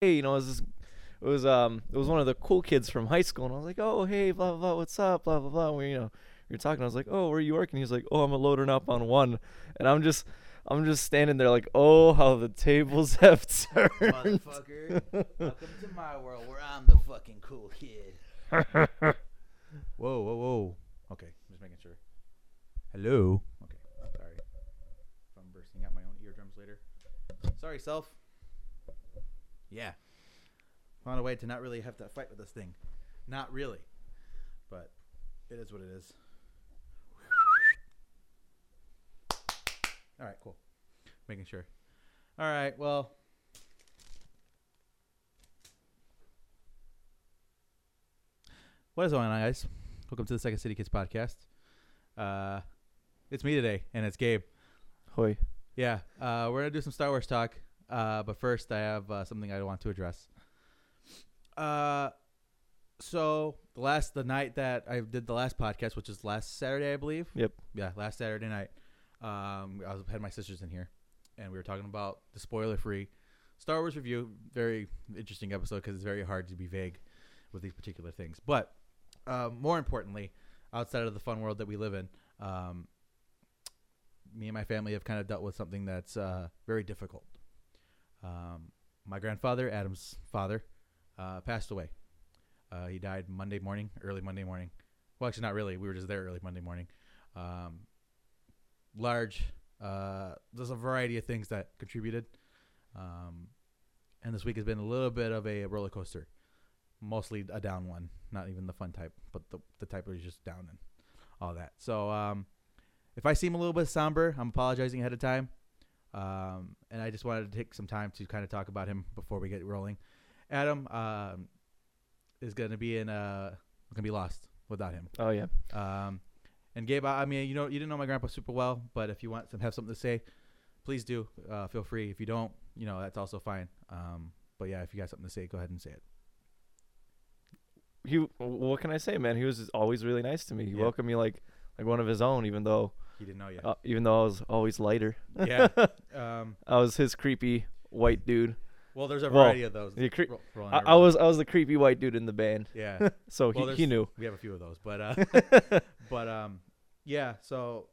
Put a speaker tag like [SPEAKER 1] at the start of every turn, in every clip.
[SPEAKER 1] hey, you know, it was this, it was um it was one of the cool kids from high school, and I was like, oh hey, blah blah blah, what's up, blah blah blah. And we you know we were talking. I was like, oh, where are you working? He's like, oh, I'm a loading up on one, and I'm just I'm just standing there like, oh, how the tables have turned.
[SPEAKER 2] Motherfucker. Welcome to my world where I'm the fucking cool kid. whoa, whoa, whoa. Okay, I'm just making sure. Hello. Okay, sorry. If I'm bursting out my own eardrums later. Sorry, self. Yeah. Found a way to not really have to fight with this thing. Not really. But it is what it is. All right, cool. Making sure. All right, well. What is going on, guys? Welcome to the Second City Kids podcast. Uh, it's me today, and it's Gabe.
[SPEAKER 1] Hoi.
[SPEAKER 2] Yeah, uh, we're gonna do some Star Wars talk, uh, but first I have uh, something I want to address. Uh, so the last the night that I did the last podcast, which is last Saturday, I believe.
[SPEAKER 1] Yep.
[SPEAKER 2] Yeah, last Saturday night, um, I was, had my sisters in here, and we were talking about the spoiler-free Star Wars review. Very interesting episode because it's very hard to be vague with these particular things. But uh, more importantly, outside of the fun world that we live in, um, me and my family have kind of dealt with something that's uh, very difficult. Um, my grandfather, Adam's father, uh, passed away. Uh, he died Monday morning, early Monday morning. Well, actually, not really. We were just there early Monday morning. Um, large. Uh, there's a variety of things that contributed, um, and this week has been a little bit of a roller coaster, mostly a down one. Not even the fun type, but the the type that is just down and all that. So um, if I seem a little bit somber, I'm apologizing ahead of time. Um, and I just wanted to take some time to kind of talk about him before we get rolling. Adam um, is going to be in uh, going to be lost without him.
[SPEAKER 1] Oh yeah.
[SPEAKER 2] Um, and Gabe, I I mean, you know, you didn't know my grandpa super well, but if you want to have something to say, please do. Uh, feel free. If you don't, you know, that's also fine. Um, but yeah, if you got something to say, go ahead and say it.
[SPEAKER 1] He. What can I say, man? He was just always really nice to me. He
[SPEAKER 2] Yeah.
[SPEAKER 1] welcomed me like like one of his own, even though
[SPEAKER 2] He didn't know yet.
[SPEAKER 1] uh, even though I was always lighter.
[SPEAKER 2] yeah. Um,
[SPEAKER 1] I was his creepy white dude.
[SPEAKER 2] well, there's a
[SPEAKER 1] Well,
[SPEAKER 2] variety of those.
[SPEAKER 1] the cre-
[SPEAKER 2] Ro- rolling
[SPEAKER 1] I, I
[SPEAKER 2] around.
[SPEAKER 1] was I was the creepy white dude in the band,
[SPEAKER 2] Yeah.
[SPEAKER 1] so
[SPEAKER 2] Well,
[SPEAKER 1] he, he
[SPEAKER 2] there's-
[SPEAKER 1] knew.
[SPEAKER 2] We have a few of those, but uh, but um, yeah. So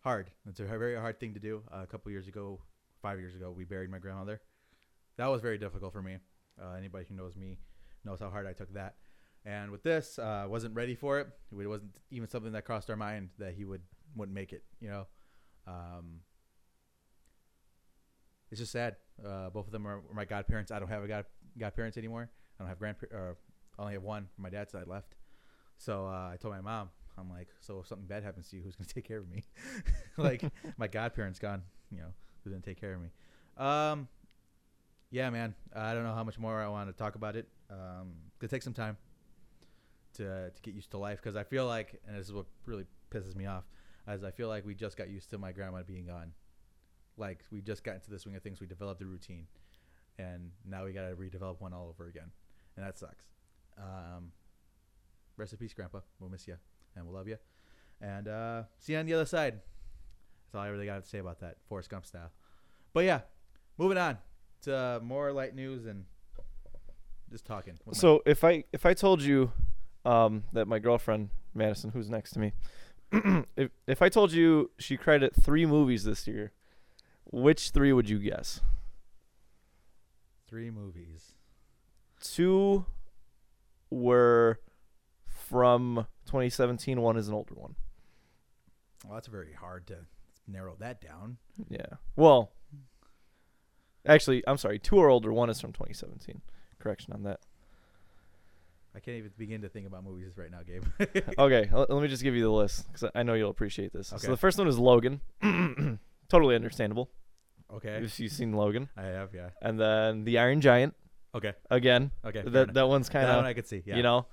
[SPEAKER 2] hard. It's a very hard thing to do. Uh, a couple years ago, five years ago, we buried my grandmother. That was very difficult for me. Uh, anybody who knows me knows how hard I took that. And with this, uh, wasn't ready for it. It wasn't even something that crossed our mind that he would wouldn't make it. You know, um, it's just sad. Uh, both of them are, were my godparents. I don't have a god godparents anymore. I don't have grandpa. Or I only have one from my dad's side left. So uh, I told my mom, I'm like, so if something bad happens to you, who's gonna take care of me? like my godparents gone, you know, who's gonna take care of me? Um, yeah, man. I don't know how much more I want to talk about it. Um, it's gonna take some time to to get used to life because I feel like, and this is what really pisses me off, as I feel like we just got used to my grandma being gone. Like we just got into the swing of things. We developed a routine, and now we got to redevelop one all over again, and that sucks. Um, rest in peace, Grandpa. We'll miss you, and we'll love you, and uh, see you on the other side. That's all I really got to say about that, Forrest Gump style. But yeah, moving on to uh, more light news and just talking. with my-
[SPEAKER 1] So if I if I told you um, that my girlfriend Madison, who's next to me, if if I told you she cried at three movies this year, which three would you guess?
[SPEAKER 2] three movies.
[SPEAKER 1] Two were from 2017. One is an older one.
[SPEAKER 2] Well, that's very hard to narrow that down.
[SPEAKER 1] Yeah. Well, actually, I'm sorry. Two are older. One is from 2017. Correction on that.
[SPEAKER 2] I can't even begin to think about movies right now, Gabe.
[SPEAKER 1] Okay, l- let me just give you the list because I know you'll appreciate this.
[SPEAKER 2] Okay.
[SPEAKER 1] So the first one is Logan. totally understandable
[SPEAKER 2] okay.
[SPEAKER 1] if you've seen Logan.
[SPEAKER 2] I have, yeah.
[SPEAKER 1] And then the Iron Giant
[SPEAKER 2] Okay.
[SPEAKER 1] again.
[SPEAKER 2] Okay. fair
[SPEAKER 1] that
[SPEAKER 2] enough.
[SPEAKER 1] that one's kind
[SPEAKER 2] that one I
[SPEAKER 1] of
[SPEAKER 2] could see. Yeah.
[SPEAKER 1] you know.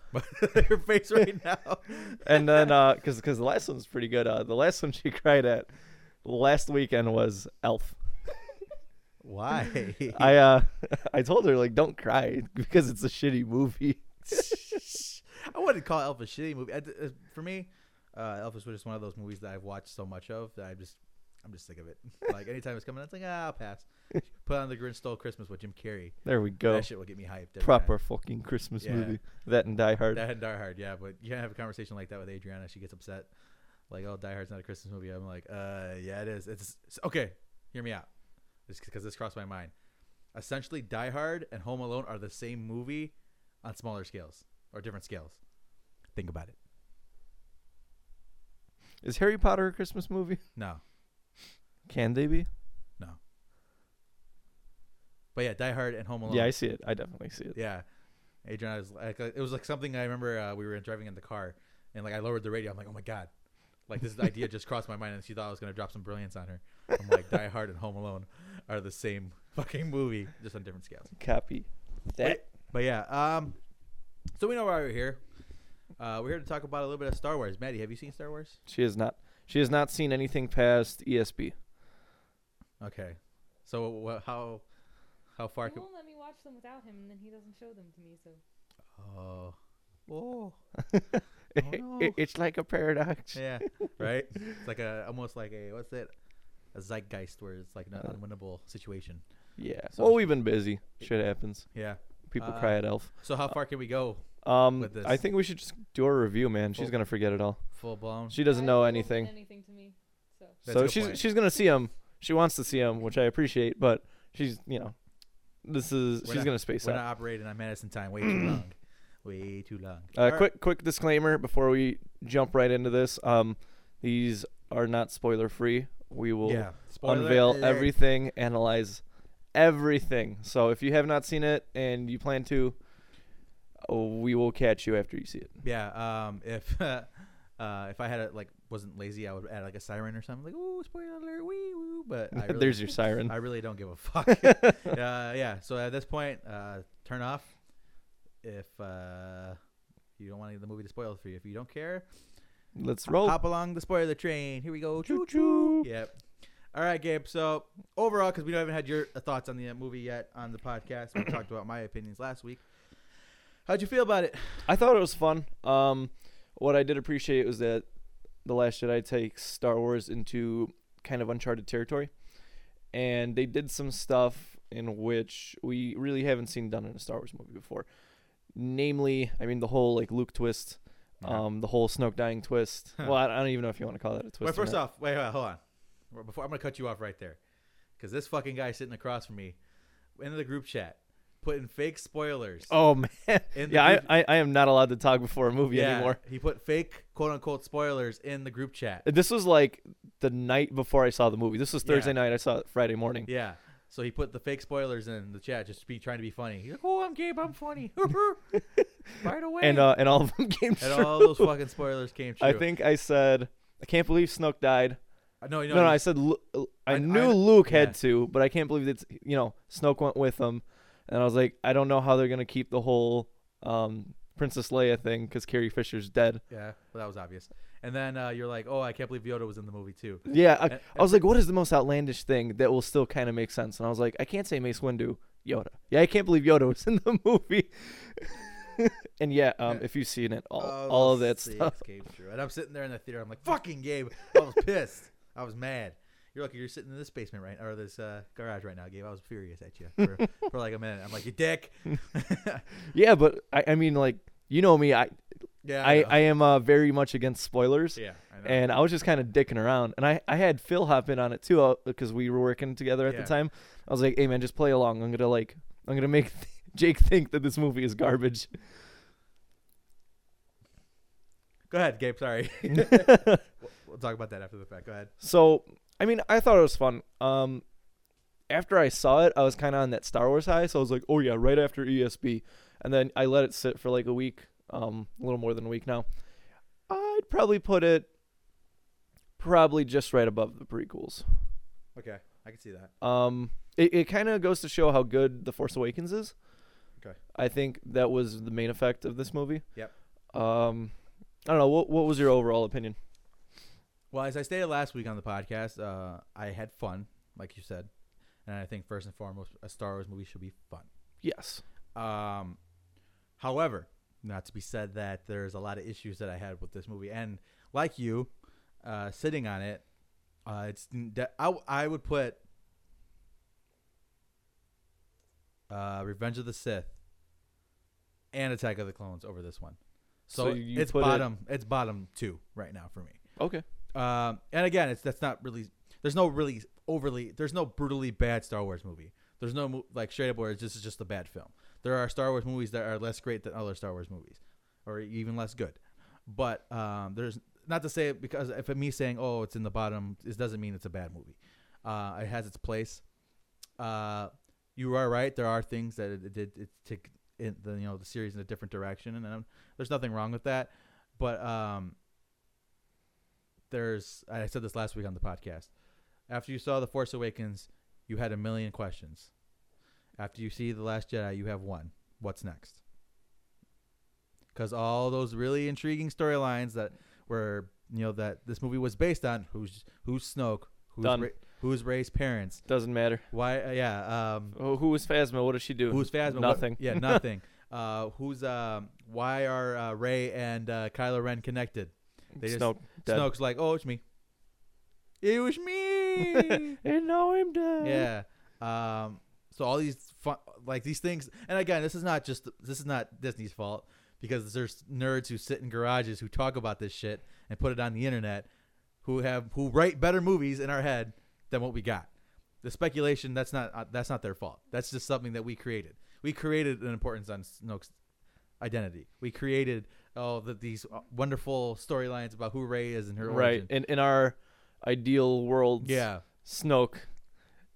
[SPEAKER 2] your face right now.
[SPEAKER 1] And then because because the last one's pretty good. Uh, the last one she cried at last weekend was Elf.
[SPEAKER 2] Why?
[SPEAKER 1] I uh I told her like don't cry because it's a shitty movie.
[SPEAKER 2] I wouldn't call Elf a shitty movie. I d- uh, For me, uh, Elf is just one of those movies that I've watched so much of that I just I'm just sick of it. like anytime it's coming, it's like ah, I'll pass. Put on the Grinch Stole Christmas with Jim Carrey.
[SPEAKER 1] There we go.
[SPEAKER 2] That shit will get me hyped. every
[SPEAKER 1] Proper fucking Christmas
[SPEAKER 2] Yeah.
[SPEAKER 1] movie. That and Die
[SPEAKER 2] Time.
[SPEAKER 1] Hard.
[SPEAKER 2] That and Die Hard, yeah. But you can't have a conversation like that with Adriana. She gets upset. Like, oh, Die Hard's not a Christmas movie. I'm like, uh, yeah, it is. It's, it's okay. Hear me out. Just because this crossed my mind. Essentially, Die Hard and Home Alone are the same movie on smaller scales or different scales. Think about it.
[SPEAKER 1] Is Harry Potter a Christmas movie?
[SPEAKER 2] No,
[SPEAKER 1] Can they be?
[SPEAKER 2] no. But yeah, Die Hard and Home Alone.
[SPEAKER 1] Yeah, I see it. I definitely see it.
[SPEAKER 2] Yeah, Adrian, I was like, it was like something I remember. Uh, we were driving in the car, and like I lowered the radio. I'm like, oh my god, like this idea just crossed my mind, and she thought I was gonna drop some brilliance on her. I'm like, Die Hard and Home Alone are the same fucking movie, just on different scales.
[SPEAKER 1] Copy. That
[SPEAKER 2] But yeah, um, so we know why we're here. Uh, we're here to talk about a little bit of Star Wars. Maddie, have you seen Star Wars?
[SPEAKER 1] she has not. She has not seen anything past E ESB.
[SPEAKER 2] Okay, so wh- how how far?
[SPEAKER 3] He
[SPEAKER 2] Can,
[SPEAKER 3] won't let me watch them without him, and then he doesn't show them to me. So
[SPEAKER 2] oh, oh, no.
[SPEAKER 1] It- it's like a paradox.
[SPEAKER 2] Yeah, right. It's like a almost like a what's it? A zeitgeist where it's like an
[SPEAKER 1] Uh,
[SPEAKER 2] unwinnable situation.
[SPEAKER 1] Yeah.
[SPEAKER 2] So-
[SPEAKER 1] Well, we've been busy. Shit happens.
[SPEAKER 2] Yeah.
[SPEAKER 1] People
[SPEAKER 2] Uh,
[SPEAKER 1] cry at Elf.
[SPEAKER 2] So how far can we go?
[SPEAKER 1] Um,
[SPEAKER 2] with this-
[SPEAKER 1] I think we should just do a review, man. She's
[SPEAKER 2] Full-
[SPEAKER 1] gonna forget it all.
[SPEAKER 2] Full blown.
[SPEAKER 1] She doesn't
[SPEAKER 3] I-
[SPEAKER 1] know
[SPEAKER 3] he won't mean
[SPEAKER 1] anything.
[SPEAKER 3] Anything to me. So
[SPEAKER 2] That's a
[SPEAKER 1] so
[SPEAKER 2] good
[SPEAKER 1] she's
[SPEAKER 2] point.
[SPEAKER 1] she's gonna see him. She wants to see him, which I appreciate, but she's you know, this is
[SPEAKER 2] We're
[SPEAKER 1] she's
[SPEAKER 2] not-
[SPEAKER 1] gonna space
[SPEAKER 2] We're
[SPEAKER 1] out.
[SPEAKER 2] not operating on Madison time. Way too long. Way too long.
[SPEAKER 1] Uh, quick quick disclaimer before we jump right into this. Um, these are not spoiler free. We will
[SPEAKER 2] Yeah.
[SPEAKER 1] unveil everything, analyze everything. So if you have not seen it and you plan to, oh, we will catch you after you see it.
[SPEAKER 2] Yeah. Um. If uh, if I had a, like wasn't lazy, I would add like a siren or something. Like ooh, spoiler alert, wee woo. But I really,
[SPEAKER 1] There's your siren.
[SPEAKER 2] I really don't give a fuck. uh, yeah. So at this point, uh, turn off if uh, you don't want the movie to spoil for you. If you don't care,
[SPEAKER 1] Let's roll.
[SPEAKER 2] hop along the spoiler train. Here we go.
[SPEAKER 1] Choo
[SPEAKER 2] Choo choo.
[SPEAKER 1] choo.
[SPEAKER 2] Yep. All right, Gabe. So overall, because we haven't had your thoughts on the uh, movie yet on the podcast, we talked about my opinions last week. How'd you feel about it?
[SPEAKER 1] I thought it was fun. Um, what I did appreciate was that the Last Jedi takes Star Wars into kind of uncharted territory, and they did some stuff in which we really haven't seen done in a Star Wars movie before. Namely, I mean the whole like Luke twist, um, the whole Snoke dying twist. well, I, I don't even know if you want to call that a twist.
[SPEAKER 2] Well,
[SPEAKER 1] or
[SPEAKER 2] first
[SPEAKER 1] not.
[SPEAKER 2] off, wait, wait, hold on. Well, Before I'm gonna cut you off right there, because this fucking guy sitting across from me, in the group chat, putting fake spoilers.
[SPEAKER 1] oh man,
[SPEAKER 2] in the
[SPEAKER 1] yeah,
[SPEAKER 2] group-
[SPEAKER 1] I, I I am not allowed to talk before a movie anymore.
[SPEAKER 2] He put fake quote unquote spoilers in the group chat.
[SPEAKER 1] This was like the night before I saw the movie. This was
[SPEAKER 2] Yeah.
[SPEAKER 1] Thursday night. I saw it Friday morning.
[SPEAKER 2] Yeah. So he put the fake spoilers in the chat just to be trying to be funny. He's like, "Oh, I'm Gabe. I'm funny." right away.
[SPEAKER 1] And uh, and all of them came
[SPEAKER 2] and
[SPEAKER 1] true.
[SPEAKER 2] all those fucking spoilers came true. Uh,
[SPEAKER 1] I think I said, I can't believe Snoke died.
[SPEAKER 2] No, no,
[SPEAKER 1] No, no, I
[SPEAKER 2] you-
[SPEAKER 1] said, Lu- I,
[SPEAKER 2] I-
[SPEAKER 1] knew
[SPEAKER 2] I-
[SPEAKER 1] Luke
[SPEAKER 2] yeah.
[SPEAKER 1] had to, but I can't believe that, you know, Snoke went with him. And I was like, I don't know how they're going to keep the whole um, Princess Leia thing because Carrie Fisher's dead.
[SPEAKER 2] yeah. Well, that was obvious. And then uh, you're like, "Oh, I can't believe Yoda was in the movie too."
[SPEAKER 1] Yeah. I,
[SPEAKER 2] And-
[SPEAKER 1] I was like, what is the most outlandish thing that will still kind of make sense? And I was like, I can't say Mace Windu, Yoda. Yeah, I can't believe Yoda was in the movie. and yeah, um, if you've seen it, all,
[SPEAKER 2] Uh,
[SPEAKER 1] all of that
[SPEAKER 2] Oh, six
[SPEAKER 1] stuff.
[SPEAKER 2] came true. And I'm sitting there in the theater. I'm like, "Fucking Gabe." I was pissed. I was mad. You're lucky you're sitting in this basement right or this uh, garage right now, Gabe. I was furious at you for, for like a minute. I'm like, "You dick."
[SPEAKER 1] Yeah, but I, I mean, like, you know me, I,
[SPEAKER 2] yeah.
[SPEAKER 1] I,
[SPEAKER 2] know.
[SPEAKER 1] I am uh, very much against spoilers.
[SPEAKER 2] yeah. I know.
[SPEAKER 1] and I was just kind of dicking around. And I, I had Phil hop in on it too because we were working together at
[SPEAKER 2] Yeah.
[SPEAKER 1] the time. I was like, hey man, just play along. I'm gonna like I'm gonna make Jake think that this movie is garbage.
[SPEAKER 2] Go ahead, Gabe. Sorry. we'll, we'll talk about that after the fact. Go ahead.
[SPEAKER 1] So I mean, I thought it was fun. Um, after I saw it, I was kind of on that Star Wars high, so I was like, oh yeah, right after ESB, and then I let it sit for like a week, um, a little more than a week now. I'd probably put it probably just right above the prequels.
[SPEAKER 2] Okay, I can see that.
[SPEAKER 1] Um, it, it kind of goes to show how good The Force Awakens is.
[SPEAKER 2] Okay.
[SPEAKER 1] I think that was the main effect of this movie.
[SPEAKER 2] Yep.
[SPEAKER 1] Um, I don't know. What, what was your overall opinion?
[SPEAKER 2] Well, as I stated last week on the podcast, uh, I had fun, like you said, and I think first and foremost, a Star Wars movie should be fun.
[SPEAKER 1] Yes.
[SPEAKER 2] Um, however, not to be said that there's a lot of issues that I had with this movie, and like you, uh, sitting on it, Uh, it's n- de- I w- I would put uh, Revenge of the Sith and Attack of the Clones over this one. So,
[SPEAKER 1] So you
[SPEAKER 2] it's
[SPEAKER 1] put it-
[SPEAKER 2] bottom. It's bottom two right now for me.
[SPEAKER 1] Okay.
[SPEAKER 2] Um, and again, it's that's not really. There's no really overly. There's no brutally bad Star Wars movie. There's no mo- like straight up where it's- this is just a bad film. There are Star Wars movies that are less great than other Star Wars movies, or even less good. But um, there's not to say it because if me saying oh it's in the bottom, it doesn't mean it's a bad movie. Uh, it has its place. Uh, you are right. There are things that it, it did it took in the you know the series in a different direction, and um there's nothing wrong with that. But um, there's I said this last week on the podcast. After you saw The Force Awakens, you had a million questions. After you see The Last Jedi, you have one. What's next? Because all those really intriguing storylines that were you know that this movie was based on who's who's Snoke, who's
[SPEAKER 1] Done.
[SPEAKER 2] Ra- who's Ray's parents,
[SPEAKER 1] Doesn't matter.
[SPEAKER 2] why uh, yeah um,
[SPEAKER 1] Oh, who was Phasma? What did she do?
[SPEAKER 2] Who's Phasma? What-
[SPEAKER 1] Nothing.
[SPEAKER 2] yeah, nothing. uh, who's um? Why are uh, Ray and uh, Kylo Ren connected? They just-
[SPEAKER 1] Snoke. dead.
[SPEAKER 2] Snoke's like, oh, it's me. It was me.
[SPEAKER 1] And now I'm dead.
[SPEAKER 2] yeah. Um. So all these fun, like these things, and again, this is not just this is not Disney's fault because there's nerds who sit in garages who talk about this shit and put it on the internet, who have who write better movies in our head than what we got. The speculation that's not uh, that's not their fault. That's just something that we created. We created an importance on Snoke's identity. We created oh that these wonderful storylines about who Ray is and her
[SPEAKER 1] Right.
[SPEAKER 2] origin.
[SPEAKER 1] In in our ideal world,
[SPEAKER 2] Yeah.
[SPEAKER 1] Snoke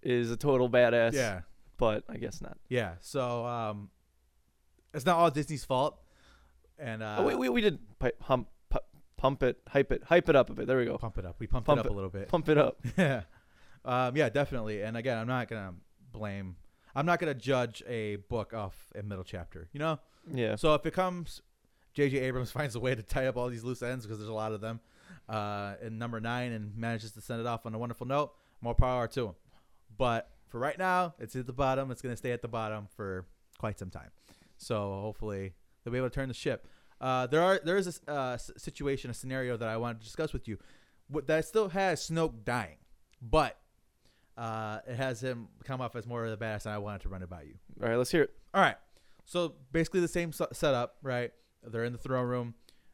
[SPEAKER 1] is a total badass.
[SPEAKER 2] Yeah.
[SPEAKER 1] But I guess not.
[SPEAKER 2] Yeah. So um, it's not all Disney's fault. And uh,
[SPEAKER 1] oh, we, we we did pi- hump, pu- pump it, hype it, hype it up a bit. There we go.
[SPEAKER 2] pump it up. We pumped
[SPEAKER 1] Pump
[SPEAKER 2] it up
[SPEAKER 1] it-
[SPEAKER 2] a little bit.
[SPEAKER 1] Pump it up.
[SPEAKER 2] yeah. Um, yeah, definitely. And again, I'm not gonna blame. I'm not gonna judge a book off a middle chapter. You know.
[SPEAKER 1] Yeah.
[SPEAKER 2] So if it comes, J.J. Abrams finds a way to tie up all these loose ends because there's a lot of them, uh, in number nine and manages to send it off on a wonderful note. More power to him. But for right now, it's at the bottom. It's gonna stay at the bottom for quite some time. So hopefully they'll be able to turn the ship. Uh, there are there is a s- uh, s- situation, a scenario that I want to discuss with you, what, that still has Snoke dying, but uh, it has him come off as more of the badass, and I wanted to run it by you.
[SPEAKER 1] All right, let's hear it.
[SPEAKER 2] All right. So basically the same se- setup, right? They're in the throne room.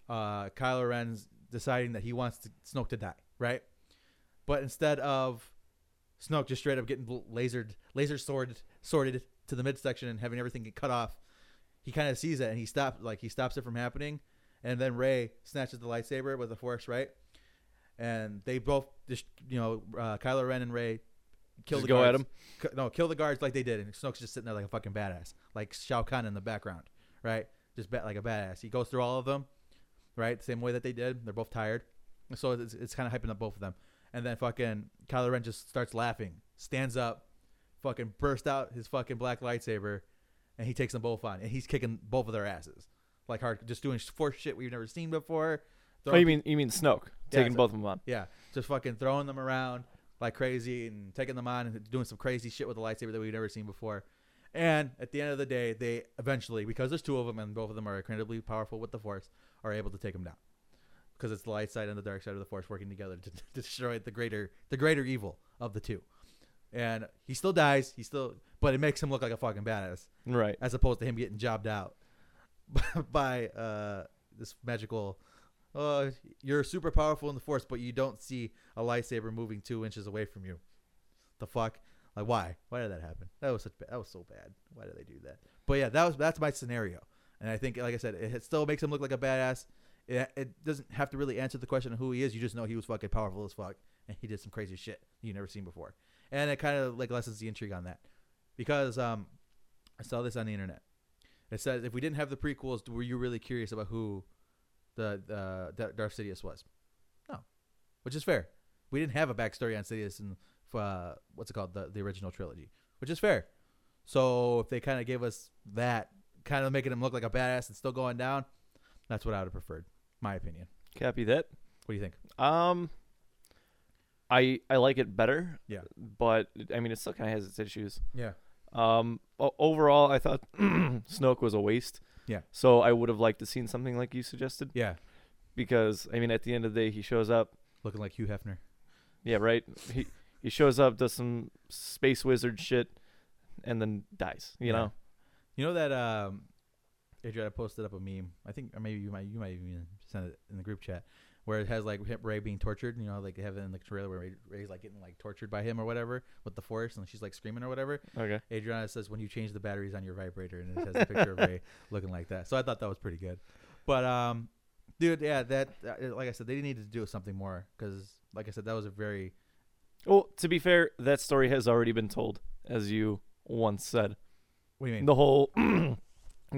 [SPEAKER 2] Uh, Kylo Ren's deciding that he wants to, Snoke to die, right? But instead of Snoke just straight up getting l- lasered, laser sword sorted to the midsection and having everything get cut off, he kind of sees it and he stops, like he stops it from happening. And then Ray snatches the lightsaber with the Force, right? And they both, just you know, uh, Kylo Ren and Ray kill
[SPEAKER 1] Just
[SPEAKER 2] the
[SPEAKER 1] go
[SPEAKER 2] guards
[SPEAKER 1] at him.
[SPEAKER 2] c- no, kill the guards like they did, and Snoke's just sitting there like a fucking badass, like Shao Kahn in the background, right? Just ba- like a badass. He goes through all of them, right? Same way that they did. They're both tired, so it's, it's kind of hyping up both of them. And then fucking Kylo Ren just starts laughing, stands up, fucking bursts out his fucking black lightsaber, and he takes them both on, and he's kicking both of their asses, like hard, just doing force shit we've never seen before.
[SPEAKER 1] Oh, you mean you mean Snoke taking
[SPEAKER 2] so-
[SPEAKER 1] both of them on?
[SPEAKER 2] Yeah, just fucking throwing them around like crazy and taking them on and doing some crazy shit with the lightsaber that we've never seen before. And at the end of the day, they eventually, because there's two of them and both of them are incredibly powerful with the Force, are able to take them down. Because it's the light side and the dark side of the Force working together to destroy the greater the greater evil of the two. And he still dies. He still, but it makes him look like a fucking badass
[SPEAKER 1] Right.
[SPEAKER 2] as opposed to him getting jobbed out by uh, this magical. Uh, you're super powerful in the force, but you don't see a lightsaber moving two inches away from you. The fuck? Like why? Why did that happen? That was such. Ba- that was so bad. Why did they do that? But yeah, that was that's my scenario, and I think, like I said, it, it still makes him look like a badass. It, it doesn't have to really answer the question of who he is. You just know he was fucking powerful as fuck, and he did some crazy shit you never seen before, and it kind of like lessens the intrigue on that, because um, I saw this on the internet. It says if we didn't have the prequels, were you really curious about who the the Dar- Darth Sidious was? No, which is fair. We didn't have a backstory on Sidious in uh, what's it called the the original trilogy, which is fair. So if they kind of gave us that, kind of making him look like a badass and still going down, that's what I would have preferred. My opinion.
[SPEAKER 1] Copy that.
[SPEAKER 2] What do you think?
[SPEAKER 1] Um, I I like it better.
[SPEAKER 2] Yeah.
[SPEAKER 1] But I mean, it still kind of has its issues.
[SPEAKER 2] Yeah.
[SPEAKER 1] Um, o- overall, I thought Snoke was a waste.
[SPEAKER 2] Yeah.
[SPEAKER 1] So I would have liked to seen something like you suggested
[SPEAKER 2] Yeah.
[SPEAKER 1] because I mean, at the end of the day, he shows up.
[SPEAKER 2] Looking like Hugh Hefner.
[SPEAKER 1] Yeah, right. He he shows up, does some space wizard shit, and then dies. You
[SPEAKER 2] Yeah.
[SPEAKER 1] know.
[SPEAKER 2] You know that um, Adrian, I posted up a meme. I think, or maybe you might, you might even send it in the group chat, where it has like Ray being tortured. You know, like they have it in the trailer where Ray, Ray's like getting like tortured by him or whatever with the force, and she's like screaming or whatever.
[SPEAKER 1] Okay.
[SPEAKER 2] Adriana says, "When you change the batteries on your vibrator," and it has a picture of Ray looking like that. So I thought that was pretty good. But um, dude, yeah, that uh, like I said, they need to do something more because, like I said, that was a very
[SPEAKER 1] Well, to be fair, that story has already been told, as you once said.
[SPEAKER 2] what do you mean?
[SPEAKER 1] The whole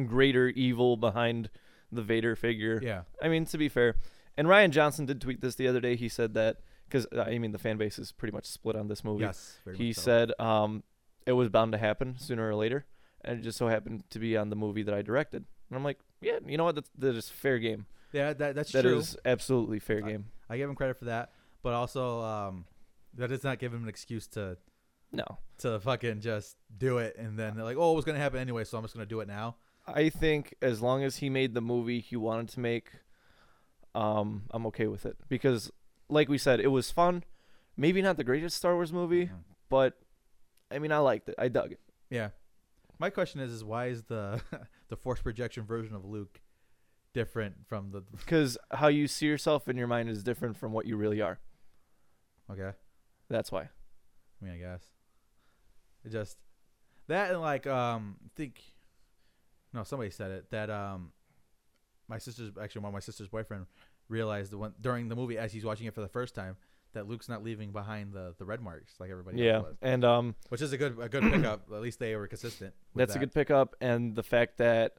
[SPEAKER 1] greater evil behind the Vader figure.
[SPEAKER 2] Yeah,
[SPEAKER 1] I mean, to be fair, and Ryan Johnson did tweet this the other day. He said that because I mean the fan base is pretty much split on this movie.
[SPEAKER 2] yes. very
[SPEAKER 1] he
[SPEAKER 2] much so.
[SPEAKER 1] said um, it was bound to happen sooner or later, and it just so happened to be on the movie that I directed. And I'm like, yeah, you know what? That's, that is fair game.
[SPEAKER 2] "Yeah, that, that's
[SPEAKER 1] That is
[SPEAKER 2] true."
[SPEAKER 1] absolutely fair
[SPEAKER 2] I-
[SPEAKER 1] game.
[SPEAKER 2] I give him credit for that, but also um, that does not give him an excuse to
[SPEAKER 1] No,
[SPEAKER 2] to fucking just do it and then they're like, oh, it was gonna happen anyway, so I'm just gonna do it now.
[SPEAKER 1] I think as long as he made the movie he wanted to make, um, I'm okay with it because, like we said, it was fun. Maybe not the greatest Star Wars movie,
[SPEAKER 2] Mhm.
[SPEAKER 1] but I mean, I liked it. I dug it.
[SPEAKER 2] Yeah. My question is, is why is the the force projection version of Luke different from the?
[SPEAKER 1] because how you see yourself in your mind is different from what you really are.
[SPEAKER 2] Okay,
[SPEAKER 1] That's why.
[SPEAKER 2] I mean, I guess it just that and like um, I think no, somebody said it that um, my sister's actually one of my sister's boyfriend realized the one during the movie as he's watching it for the first time that Luke's not leaving behind the the red marks like everybody
[SPEAKER 1] yeah,
[SPEAKER 2] else was.
[SPEAKER 1] and um,
[SPEAKER 2] which is a good a good pickup. At least they were consistent. with
[SPEAKER 1] that's
[SPEAKER 2] that.
[SPEAKER 1] a good pickup. And the fact that,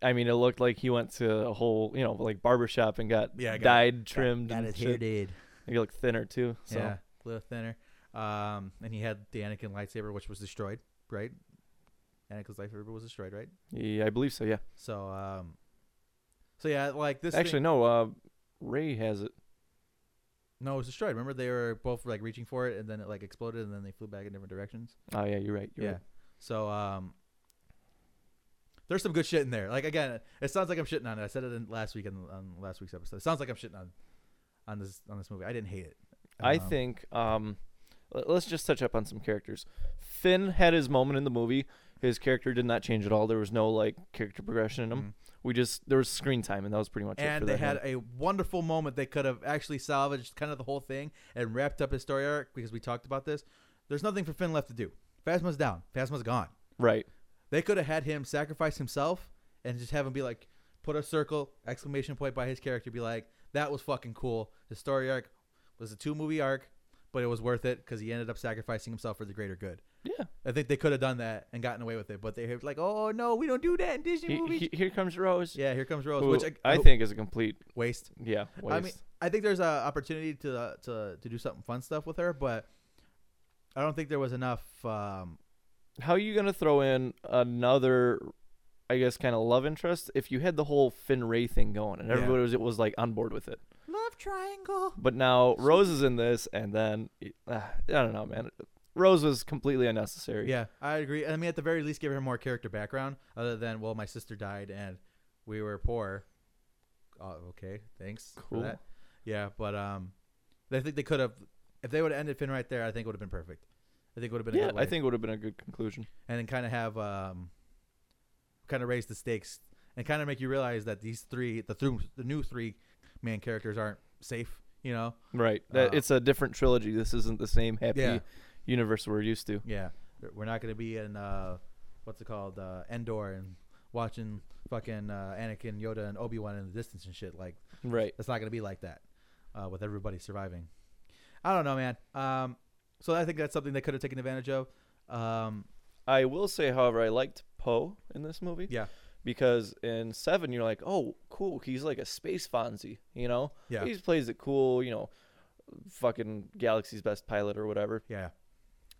[SPEAKER 1] I mean, it looked like he went to a whole, you know, like barber shop and got
[SPEAKER 2] Yeah, got-
[SPEAKER 1] dyed, trimmed,
[SPEAKER 2] Got
[SPEAKER 1] and
[SPEAKER 2] his
[SPEAKER 1] shit.
[SPEAKER 2] hair did.
[SPEAKER 1] And he looked thinner too. So
[SPEAKER 2] Yeah, a little thinner. Um, and he had the Anakin lightsaber, which was destroyed, right? Anakin's lightsaber was destroyed, right?
[SPEAKER 1] yeah, I believe so. Yeah.
[SPEAKER 2] So, um, so yeah, like this.
[SPEAKER 1] Actually,
[SPEAKER 2] thing-
[SPEAKER 1] no. Uh, Ray has it.
[SPEAKER 2] no, it was destroyed. Remember, they were both like reaching for it, and then it like exploded, and then they flew back in different directions.
[SPEAKER 1] Oh yeah, you're right. You're
[SPEAKER 2] yeah.
[SPEAKER 1] Right.
[SPEAKER 2] So, um, there's some good shit in there. Like again, it sounds like I'm shitting on it. I said it in last week on, on last week's episode. It sounds like I'm shitting on on this on this movie. I didn't hate it.
[SPEAKER 1] I
[SPEAKER 2] Um,
[SPEAKER 1] think. Um, l- let's just touch up on some characters. Finn had his moment in the movie. His character did not change at all. There was no like character progression in him.
[SPEAKER 2] Mhm.
[SPEAKER 1] We just there was screen time, and that was pretty much it. for
[SPEAKER 2] and they
[SPEAKER 1] that
[SPEAKER 2] had
[SPEAKER 1] hand.
[SPEAKER 2] a wonderful moment they could have actually salvaged kind of the whole thing and wrapped up his story arc because we talked about this. There's nothing for Finn left to do. Phasma's down. Phasma's gone.
[SPEAKER 1] right.
[SPEAKER 2] They could have had him sacrifice himself and just have him be like, put a circle, exclamation point by his character, be like, that was fucking cool. The story arc was a two movie arc, but it was worth it because he ended up sacrificing himself for the greater good.
[SPEAKER 1] Yeah.
[SPEAKER 2] I think they could have done that and gotten away with it, but they were like, oh no, we don't do that in Disney
[SPEAKER 1] He,
[SPEAKER 2] movies.
[SPEAKER 1] he- here comes Rose.
[SPEAKER 2] yeah, here comes Rose,
[SPEAKER 1] who
[SPEAKER 2] which
[SPEAKER 1] I, think is a complete
[SPEAKER 2] waste.
[SPEAKER 1] yeah. Waste.
[SPEAKER 2] I mean, I think there's an opportunity to uh, to to do something fun stuff with her, but I don't think there was enough. Um,
[SPEAKER 1] how are you gonna throw in another? I guess kind of love interest if you had the whole Finn Ray thing going and
[SPEAKER 2] Yeah.
[SPEAKER 1] everybody was, it was like on board with it.
[SPEAKER 2] Love triangle.
[SPEAKER 1] But now Rose is in this, and then uh, I don't know, man. Rose was completely unnecessary.
[SPEAKER 2] Yeah, I agree. I mean, at the very least, give her more character background other than well, my sister died and we were poor. Uh, okay, thanks
[SPEAKER 1] Cool.
[SPEAKER 2] for that. Yeah, but um, I think they could have if they would have ended Finn right there. I think it would have been perfect. I think it would have been. a
[SPEAKER 1] yeah.
[SPEAKER 2] good way.
[SPEAKER 1] I think would have been a good conclusion.
[SPEAKER 2] and then kind of have um, kind of raise the stakes and kind of make you realize that these three, the through the new three main characters aren't safe. You know,
[SPEAKER 1] Right. That,
[SPEAKER 2] Uh,
[SPEAKER 1] it's a different trilogy. This isn't the same happy
[SPEAKER 2] Yeah.
[SPEAKER 1] universe we're used to.
[SPEAKER 2] yeah, we're not gonna be in uh, what's it called, uh, Endor and watching fucking uh, Anakin, Yoda, and Obi Wan in the distance and shit. Like
[SPEAKER 1] Right.
[SPEAKER 2] it's not gonna be like that uh, with everybody surviving. I don't know, man. Um, so I think that's something they could have taken advantage of. Um,
[SPEAKER 1] I will say, however, I liked Poe in this movie.
[SPEAKER 2] yeah,
[SPEAKER 1] because in seven you're like, oh, cool, he's like a space Fonzie, you know?
[SPEAKER 2] Yeah.
[SPEAKER 1] He plays it cool, you know, fucking galaxy's best pilot or whatever.
[SPEAKER 2] yeah.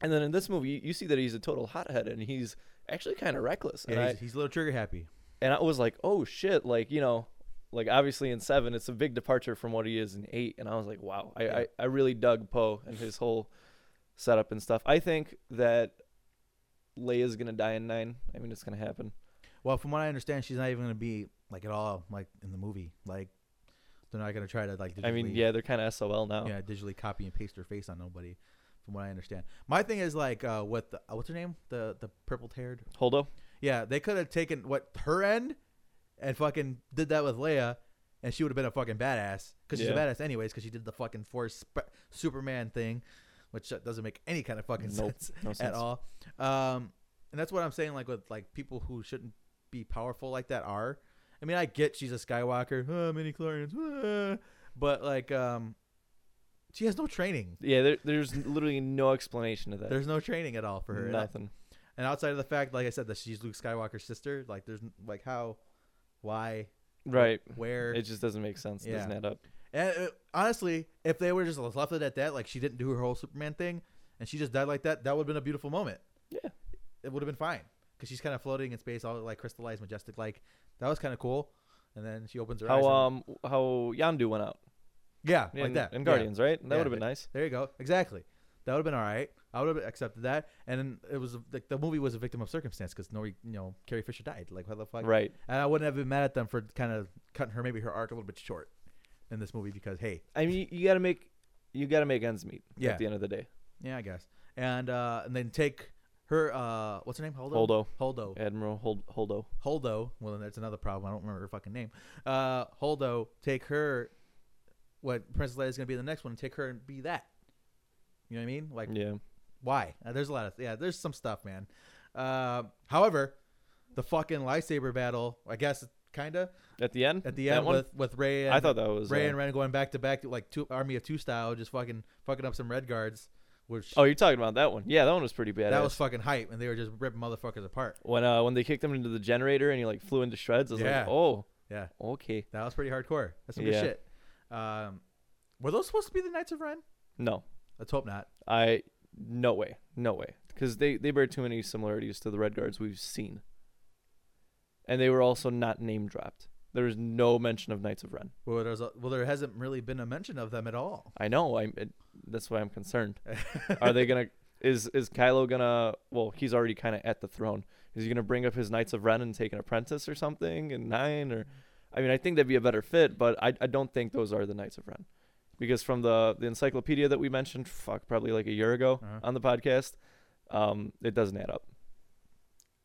[SPEAKER 1] And then in this movie, you, you see that he's a total hothead and he's actually kind of reckless. And
[SPEAKER 2] yeah
[SPEAKER 1] I
[SPEAKER 2] he's, he's a little trigger happy.
[SPEAKER 1] and I was like, oh shit, like you know, like obviously in seven, it's a big departure from what he is in eight. And I was like, wow, I I, I really dug Poe and his whole setup and stuff. I think that Leia's gonna die in nine. I mean, it's gonna happen.
[SPEAKER 2] Well, from what I understand, she's not even going to be like at all like in the movie. Like They're not gonna try to like.
[SPEAKER 1] I mean,
[SPEAKER 2] digitally-
[SPEAKER 1] yeah, they're kind of SOL now.
[SPEAKER 2] yeah, digitally copy and paste her face on nobody, from what I understand. My thing is like, uh, what the uh, what's her name? The the purple haired.
[SPEAKER 1] Holdo.
[SPEAKER 2] Yeah, they could have taken what her end, and fucking did that with Leia, and she would have been a fucking badass because she's a
[SPEAKER 1] Yeah.
[SPEAKER 2] badass anyways because she did the fucking Force sp- Superman thing, which uh, doesn't make any kind of fucking
[SPEAKER 1] Nope,
[SPEAKER 2] sense
[SPEAKER 1] no
[SPEAKER 2] at
[SPEAKER 1] sense.
[SPEAKER 2] all. Um, and that's what I'm saying. Like with like people who shouldn't be powerful like that are. I mean, I get she's a Skywalker, uh, mini chlorians, ah." but like, um, she has no training.
[SPEAKER 1] Yeah, there, there's literally no explanation to that.
[SPEAKER 2] There's no training at all for her. And I-
[SPEAKER 1] nothing.
[SPEAKER 2] and outside of the fact, like I said, that she's Luke Skywalker's sister, like there's n- like how, why,
[SPEAKER 1] Right.
[SPEAKER 2] where,
[SPEAKER 1] It just doesn't make sense. It doesn't
[SPEAKER 2] Yeah.
[SPEAKER 1] add up.
[SPEAKER 2] and uh, honestly, if they were just left it at that, like she didn't do her whole Superman thing, and she just died like that, that would have been a beautiful moment.
[SPEAKER 1] Yeah.
[SPEAKER 2] it would have been fine because she's kind of floating in space, all like crystallized, majestic. Like that was kind of cool. And then she opens her eyes.
[SPEAKER 1] How
[SPEAKER 2] and-
[SPEAKER 1] um how Yandu went out
[SPEAKER 2] yeah,
[SPEAKER 1] in,
[SPEAKER 2] like that
[SPEAKER 1] in
[SPEAKER 2] Yeah.
[SPEAKER 1] Guardians, right? That
[SPEAKER 2] Yeah,
[SPEAKER 1] would have been
[SPEAKER 2] but-
[SPEAKER 1] nice.
[SPEAKER 2] There you go. Exactly. That would have been all right. I would have accepted that. And then it was like the movie was a victim of circumstance because no, you know, Carrie Fisher died. Like what the fuck?
[SPEAKER 1] right.
[SPEAKER 2] And I wouldn't have been mad at them for kind of cutting her maybe her arc a little bit short in this movie because hey,
[SPEAKER 1] I mean, you, you got to make you got to make ends meet
[SPEAKER 2] Yeah.
[SPEAKER 1] at the end of the day.
[SPEAKER 2] yeah, I guess. And uh and then take her uh what's her name? Holdo.
[SPEAKER 1] Holdo,
[SPEAKER 2] Holdo.
[SPEAKER 1] Admiral Hold, Holdo.
[SPEAKER 2] Holdo. Well, then that's another problem. I don't remember her fucking name. Uh Holdo, take her what Princess Leia's going to be in the next one and take her and be that. You know what I mean? Like
[SPEAKER 1] Yeah.
[SPEAKER 2] why? Uh, there's a lot of yeah. There's some stuff, man. Uh, however, the fucking lightsaber battle, I guess, kinda
[SPEAKER 1] At the end.
[SPEAKER 2] at the
[SPEAKER 1] That
[SPEAKER 2] end
[SPEAKER 1] one?
[SPEAKER 2] with with Ray. And,
[SPEAKER 1] I thought that was.
[SPEAKER 2] Ray
[SPEAKER 1] uh,
[SPEAKER 2] and Ren going back to back, like two army of two style, just fucking fucking up some red guards, which
[SPEAKER 1] oh, you're talking about that one. Yeah, that one was pretty bad.
[SPEAKER 2] that was fucking hype, and they were just ripping motherfuckers apart.
[SPEAKER 1] when uh when they kicked him into the generator and he like flew into shreds. I was
[SPEAKER 2] Yeah.
[SPEAKER 1] like, oh,
[SPEAKER 2] Yeah,
[SPEAKER 1] okay.
[SPEAKER 2] that was pretty hardcore. That's some
[SPEAKER 1] Yeah.
[SPEAKER 2] good shit. Um, were those supposed to be the Knights of Ren?
[SPEAKER 1] No,
[SPEAKER 2] Let's hope not.
[SPEAKER 1] I no way, no way, because they they bear too many similarities to the Red Guards we've seen. And they were also not name dropped. There was no mention of Knights of Ren.
[SPEAKER 2] Well, there's a, well, there hasn't really been a mention of them at all.
[SPEAKER 1] I know. I it, that's why I'm concerned. Are they gonna? Is is Kylo gonna? Well, he's already kind of at the throne. Is he gonna bring up his Knights of Ren and take an apprentice or something and nine or? I mean, I think that'd be a better fit, but I I don't think those are the Knights of Ren, because from the the encyclopedia that we mentioned, fuck, probably like a year ago
[SPEAKER 2] Uh-huh.
[SPEAKER 1] on the podcast, um, it doesn't add up.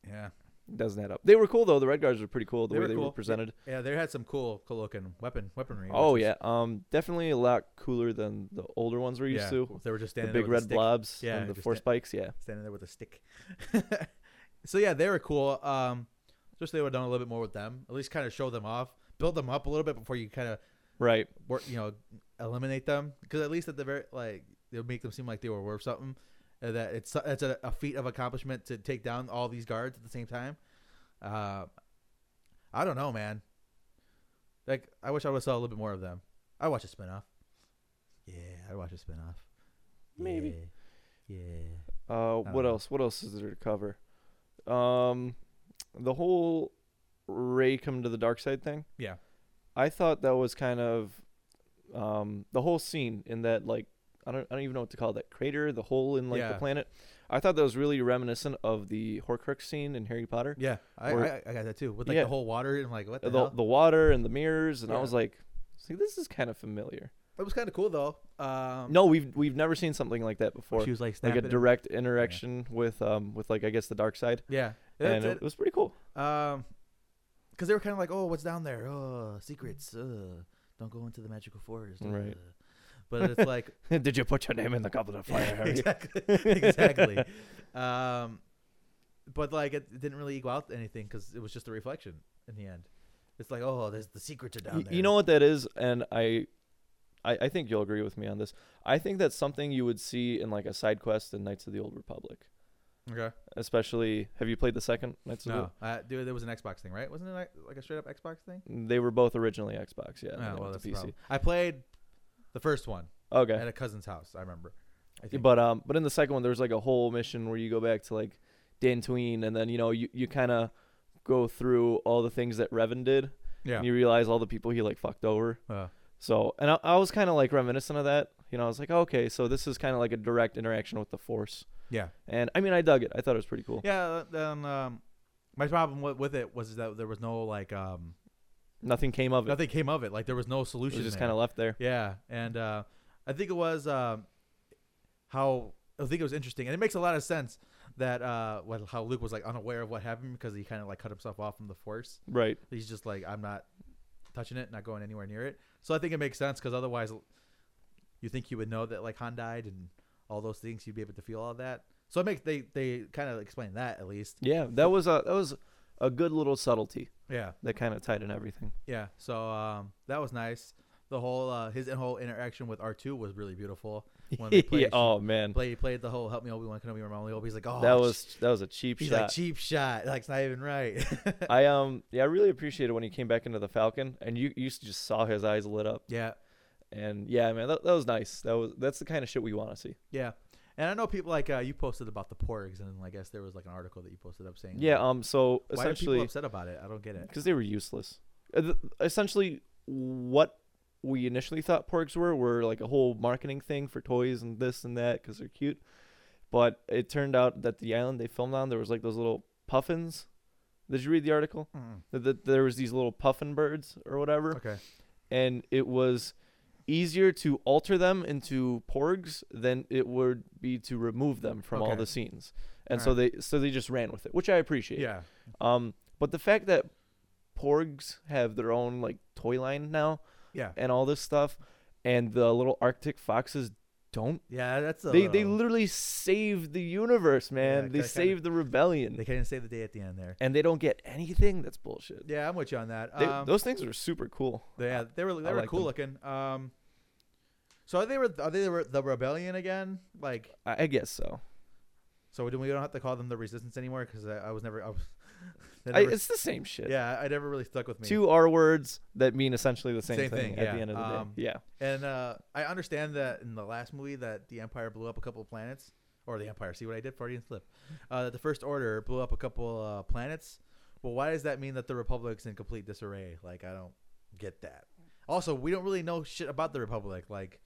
[SPEAKER 2] Yeah,
[SPEAKER 1] It doesn't add up. They were cool though. The Red Guards were pretty cool the
[SPEAKER 2] They
[SPEAKER 1] way
[SPEAKER 2] were
[SPEAKER 1] they
[SPEAKER 2] cool.
[SPEAKER 1] were presented.
[SPEAKER 2] yeah, they had some cool, cool looking weapon weaponry. which
[SPEAKER 1] Oh
[SPEAKER 2] was-
[SPEAKER 1] yeah, um, definitely a lot cooler than the older ones we're used
[SPEAKER 2] yeah.
[SPEAKER 1] to.
[SPEAKER 2] They were just
[SPEAKER 1] The
[SPEAKER 2] standing
[SPEAKER 1] big
[SPEAKER 2] there with
[SPEAKER 1] red
[SPEAKER 2] a stick,
[SPEAKER 1] blobs
[SPEAKER 2] Yeah,
[SPEAKER 1] and the
[SPEAKER 2] just
[SPEAKER 1] four
[SPEAKER 2] that-
[SPEAKER 1] spikes. Yeah.
[SPEAKER 2] standing there with a stick. so yeah, they were cool. Um, just they would have done a little bit more with them. At least kind of show them off, build them up a little bit before you kind of
[SPEAKER 1] Right.
[SPEAKER 2] work, you know, eliminate them. Because at least at the very like, it would make them seem like they were worth something. And that it's it's a, a feat of accomplishment to take down all these guards at the same time. Uh, I don't know, man. Like, I wish I would saw a little bit more of them. I watch a spinoff. Yeah, I watch a spinoff.
[SPEAKER 1] Maybe.
[SPEAKER 2] Yeah. yeah.
[SPEAKER 1] Uh,
[SPEAKER 2] don't
[SPEAKER 1] what
[SPEAKER 2] know.
[SPEAKER 1] else? What else is there to cover? Um, the whole Ray come to the dark side thing.
[SPEAKER 2] Yeah.
[SPEAKER 1] I thought that was kind of, um, the whole scene in that like I don't I don't even know what to call that crater, the hole in like
[SPEAKER 2] Yeah.
[SPEAKER 1] the planet. I thought that was really reminiscent of the Horcrux scene in Harry Potter.
[SPEAKER 2] Yeah, I,
[SPEAKER 1] Or-
[SPEAKER 2] I, I got that too. With like
[SPEAKER 1] Yeah.
[SPEAKER 2] the whole water and like what the,
[SPEAKER 1] The the,
[SPEAKER 2] hell?
[SPEAKER 1] water and the mirrors, and I
[SPEAKER 2] Yeah.
[SPEAKER 1] was like, see, this is kind of familiar.
[SPEAKER 2] That was kind of cool though. Um,
[SPEAKER 1] No, we've we've never seen something like that before.
[SPEAKER 2] she was like
[SPEAKER 1] Like a
[SPEAKER 2] snapping.
[SPEAKER 1] direct interaction with um with like I guess the dark side,
[SPEAKER 2] yeah,
[SPEAKER 1] and
[SPEAKER 2] that's
[SPEAKER 1] it,
[SPEAKER 2] it.
[SPEAKER 1] it was pretty cool.
[SPEAKER 2] Um, because they were kind of like, oh, what's down there? Oh, secrets. Uh, don't go into the magical forest. uh."
[SPEAKER 1] Right.
[SPEAKER 2] But it's like
[SPEAKER 1] Did you put your name in the goblet of fire? Harry?
[SPEAKER 2] exactly, exactly. Um, but like it, it didn't really equal out anything because it was just a reflection in the end. It's like, oh, there's the secrets are down
[SPEAKER 1] Y-
[SPEAKER 2] there.
[SPEAKER 1] You know what that is, and I, I, I think you'll agree with me on this. I think that's something you would see in like a side quest in Knights of the Old Republic,
[SPEAKER 2] Okay.
[SPEAKER 1] especially. Have you played the second Knights
[SPEAKER 2] No,
[SPEAKER 1] of
[SPEAKER 2] uh, dude, there was an Xbox thing, right? Wasn't it like, like a straight up Xbox thing?
[SPEAKER 1] the? They were both originally Xbox, yeah. and then
[SPEAKER 2] Yeah,
[SPEAKER 1] they
[SPEAKER 2] Oh, well,
[SPEAKER 1] went
[SPEAKER 2] that's
[SPEAKER 1] to
[SPEAKER 2] the problem. I played the first one at
[SPEAKER 1] Okay,
[SPEAKER 2] a cousin's house. I remember. I think.
[SPEAKER 1] but um, but in the second one, there was like a whole mission where you go back to like Dantooine, and then you know you you kind of go through all the things that Revan did,
[SPEAKER 2] yeah,
[SPEAKER 1] and you realize all the people he like fucked over.
[SPEAKER 2] uh,
[SPEAKER 1] So, and I, I was kind of like reminiscent of that. You know, I was like, okay, so this is kind of like a direct interaction with the Force.
[SPEAKER 2] yeah,
[SPEAKER 1] And I mean, I dug it. I thought it was pretty cool.
[SPEAKER 2] yeah. Then um, my problem with, with it was that there was no like um
[SPEAKER 1] Nothing came of it.
[SPEAKER 2] Nothing came of it. Like there was no
[SPEAKER 1] it
[SPEAKER 2] solution.
[SPEAKER 1] was just
[SPEAKER 2] there.
[SPEAKER 1] kind of left there.
[SPEAKER 2] Yeah, and uh, I think it was um how I think it was interesting, and it makes a lot of sense that uh, what, how Luke was like unaware of what happened because he kind of like cut himself off from the Force.
[SPEAKER 1] Right.
[SPEAKER 2] He's just like, I'm not touching it, not going anywhere near it. So I think it makes sense because otherwise, you think you would know that like Han died and all those things, you'd be able to feel all that. So it makes they they kind of explain that at least.
[SPEAKER 1] Yeah, that was a that was a good little subtlety
[SPEAKER 2] Yeah,
[SPEAKER 1] that kind of tied in everything.
[SPEAKER 2] yeah. So um, that was nice. The whole uh, his whole interaction with R two was really beautiful. When they played
[SPEAKER 1] yeah, oh man,
[SPEAKER 2] play played the whole help me Obi Wan Kenobi remember Obi Obi's like oh
[SPEAKER 1] that
[SPEAKER 2] it's-
[SPEAKER 1] was that was a cheap
[SPEAKER 2] he's
[SPEAKER 1] shot.
[SPEAKER 2] like cheap shot like it's not even right
[SPEAKER 1] I um yeah, I really appreciated when he came back into the Falcon, and you you just saw his eyes lit up,
[SPEAKER 2] yeah
[SPEAKER 1] and yeah, man, that, that was nice. That was that's the kind of shit we want to see.
[SPEAKER 2] yeah and I know people like uh, you posted about the porgs and I guess there was like an article that you posted up saying
[SPEAKER 1] Yeah,
[SPEAKER 2] like,
[SPEAKER 1] um, so
[SPEAKER 2] why are people
[SPEAKER 1] essentially
[SPEAKER 2] upset about it I don't get it
[SPEAKER 1] because they were useless. Uh, th- Essentially, what we initially thought porgs were were like a whole marketing thing for toys and this and that because they're cute, but it turned out that the island they filmed on there was like those little puffins. Did you read the article?
[SPEAKER 2] Mm.
[SPEAKER 1] That- That there was these little puffin birds or whatever.
[SPEAKER 2] okay
[SPEAKER 1] and it was easier to alter them into porgs than it would be to remove them from all
[SPEAKER 2] Okay.
[SPEAKER 1] the scenes. And
[SPEAKER 2] All
[SPEAKER 1] so they so they just ran with it, which I appreciate.
[SPEAKER 2] yeah
[SPEAKER 1] Um but the fact that porgs have their own like toy line now
[SPEAKER 2] yeah
[SPEAKER 1] and all this stuff and the little arctic foxes don't
[SPEAKER 2] yeah that's a
[SPEAKER 1] they they
[SPEAKER 2] little-
[SPEAKER 1] literally saved the universe, man.
[SPEAKER 2] Yeah,
[SPEAKER 1] they
[SPEAKER 2] kinda-
[SPEAKER 1] saved the rebellion.
[SPEAKER 2] they couldn't save the day at the end there
[SPEAKER 1] and they don't get anything that's bullshit.
[SPEAKER 2] yeah I'm with you on that
[SPEAKER 1] They-
[SPEAKER 2] um,
[SPEAKER 1] those things are super cool.
[SPEAKER 2] yeah they were they
[SPEAKER 1] I
[SPEAKER 2] were
[SPEAKER 1] like
[SPEAKER 2] cool looking um so are they were are they the, the rebellion again like
[SPEAKER 1] I, I guess so.
[SPEAKER 2] so do we don't have to call them the resistance anymore because I, I was never I was they
[SPEAKER 1] I,
[SPEAKER 2] never
[SPEAKER 1] it's the same shit.
[SPEAKER 2] Yeah, I never really stuck with me.
[SPEAKER 1] two R words that mean essentially the same,
[SPEAKER 2] Same
[SPEAKER 1] thing,
[SPEAKER 2] thing,
[SPEAKER 1] at
[SPEAKER 2] yeah.
[SPEAKER 1] the end of the
[SPEAKER 2] Um,
[SPEAKER 1] day. Yeah.
[SPEAKER 2] And uh, I understand that in the last movie that the Empire blew up a couple of planets, or the Empire. See what I did? Freudian slip. Uh, that the First Order blew up a couple uh, planets. Well, why does that mean that the Republic's in complete disarray? Like, I don't get that. Also, we don't really know shit about the Republic. Like,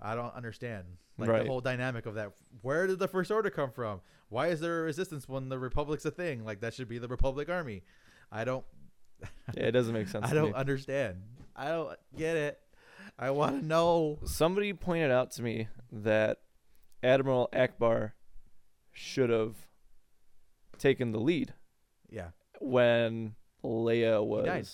[SPEAKER 2] I don't understand like
[SPEAKER 1] Right.
[SPEAKER 2] the whole dynamic of that. Where did the First Order come from? Why is there a resistance when the Republic's a thing? Like, that should be the Republic Army. I don't
[SPEAKER 1] Yeah, it doesn't make sense.
[SPEAKER 2] I
[SPEAKER 1] to
[SPEAKER 2] don't
[SPEAKER 1] me.
[SPEAKER 2] understand. I don't get it. I want to know.
[SPEAKER 1] Somebody pointed out to me that Admiral Akbar should have taken the lead
[SPEAKER 2] Yeah, when
[SPEAKER 1] when Leia was.
[SPEAKER 2] died.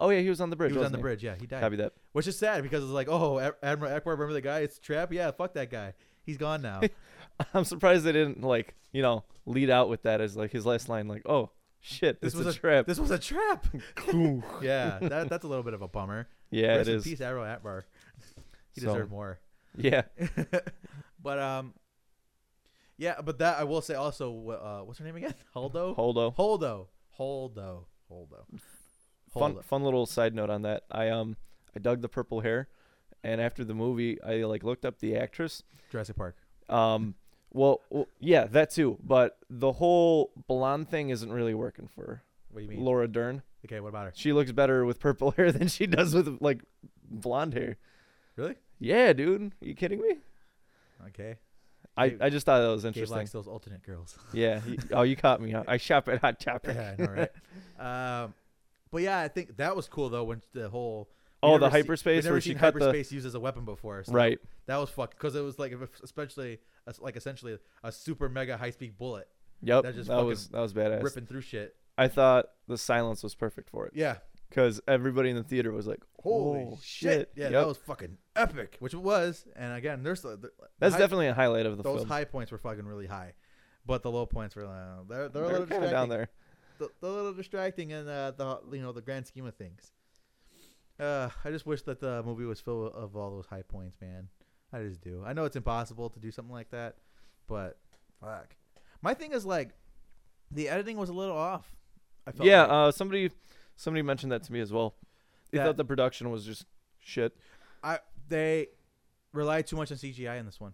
[SPEAKER 1] Oh yeah, he was on the
[SPEAKER 2] he
[SPEAKER 1] bridge.
[SPEAKER 2] was on
[SPEAKER 1] wasn't
[SPEAKER 2] the bridge. Yeah, he died,
[SPEAKER 1] Copy that.
[SPEAKER 2] which is sad because it's like, oh, Ad- Admiral Akbar, remember the guy? It's a trap. Yeah, fuck that guy. He's gone now.
[SPEAKER 1] I'm surprised they didn't like you know lead out with that as like his last line. Like, oh shit,
[SPEAKER 2] This
[SPEAKER 1] this
[SPEAKER 2] was
[SPEAKER 1] a trip.
[SPEAKER 2] this was a trap. yeah, that, that's a little bit of a bummer.
[SPEAKER 1] yeah,
[SPEAKER 2] Rest
[SPEAKER 1] it
[SPEAKER 2] in
[SPEAKER 1] is.
[SPEAKER 2] Peace, Admiral Akbar. He
[SPEAKER 1] So-
[SPEAKER 2] deserved more.
[SPEAKER 1] Yeah,
[SPEAKER 2] but um, yeah, but that I will say also, uh, what's her name again? Holdo.
[SPEAKER 1] Holdo.
[SPEAKER 2] Holdo. Holdo. Holdo.
[SPEAKER 1] fun
[SPEAKER 2] Holdo.
[SPEAKER 1] fun little side note on that. I um I dug the purple hair, and after the movie, I like looked up the actress.
[SPEAKER 2] Jurassic Park.
[SPEAKER 1] Um, well, w yeah, that too. But the whole blonde thing isn't really working for
[SPEAKER 2] What do you mean?
[SPEAKER 1] Laura Dern.
[SPEAKER 2] Okay, what about her?
[SPEAKER 1] She looks better with purple hair than she does with like blonde hair.
[SPEAKER 2] Really?
[SPEAKER 1] Yeah, dude, you kidding me?
[SPEAKER 2] Okay.
[SPEAKER 1] I,
[SPEAKER 2] Gabe-
[SPEAKER 1] I just thought that was
[SPEAKER 2] Gabe
[SPEAKER 1] interesting.
[SPEAKER 2] likes those alternate girls.
[SPEAKER 1] Yeah. you- oh, you caught me. I I shop at Hot Topic.
[SPEAKER 2] yeah, I know, right? um, but yeah, I think that was cool though when the whole we
[SPEAKER 1] Oh, the
[SPEAKER 2] never see-
[SPEAKER 1] hyperspace
[SPEAKER 2] we never
[SPEAKER 1] where she
[SPEAKER 2] seen
[SPEAKER 1] cut the-
[SPEAKER 2] hyperspace used as a weapon before. So
[SPEAKER 1] Right.
[SPEAKER 2] That was fuck because it was like if- especially it's like essentially a super mega high speed bullet
[SPEAKER 1] Yep.
[SPEAKER 2] That
[SPEAKER 1] That,
[SPEAKER 2] just fucking
[SPEAKER 1] was that was badass.
[SPEAKER 2] ripping through shit.
[SPEAKER 1] I thought the silence was perfect for it
[SPEAKER 2] Yeah.
[SPEAKER 1] because everybody in the theater was like,
[SPEAKER 2] Holy
[SPEAKER 1] "Oh,
[SPEAKER 2] shit. Yeah,
[SPEAKER 1] Yep.
[SPEAKER 2] that was fucking epic, which it was. And again, there's the, the
[SPEAKER 1] That's
[SPEAKER 2] high-
[SPEAKER 1] definitely a highlight of the
[SPEAKER 2] those
[SPEAKER 1] film.
[SPEAKER 2] high points were fucking really high, but the low points were uh, they're they're, a
[SPEAKER 1] They're
[SPEAKER 2] little
[SPEAKER 1] kind of down
[SPEAKER 2] distracting.
[SPEAKER 1] there.
[SPEAKER 2] the, the little distracting in uh, the you know the grand scheme of things. Uh, I just wish that the movie was filled of all those high points, man. I just do. I know it's impossible to do something like that, but fuck. My thing is like, the editing was a little off. I felt
[SPEAKER 1] Yeah,
[SPEAKER 2] like.
[SPEAKER 1] uh, somebody somebody mentioned that to me as well. They
[SPEAKER 2] That-
[SPEAKER 1] thought the production was just shit.
[SPEAKER 2] I they relied too much on CGI in this one.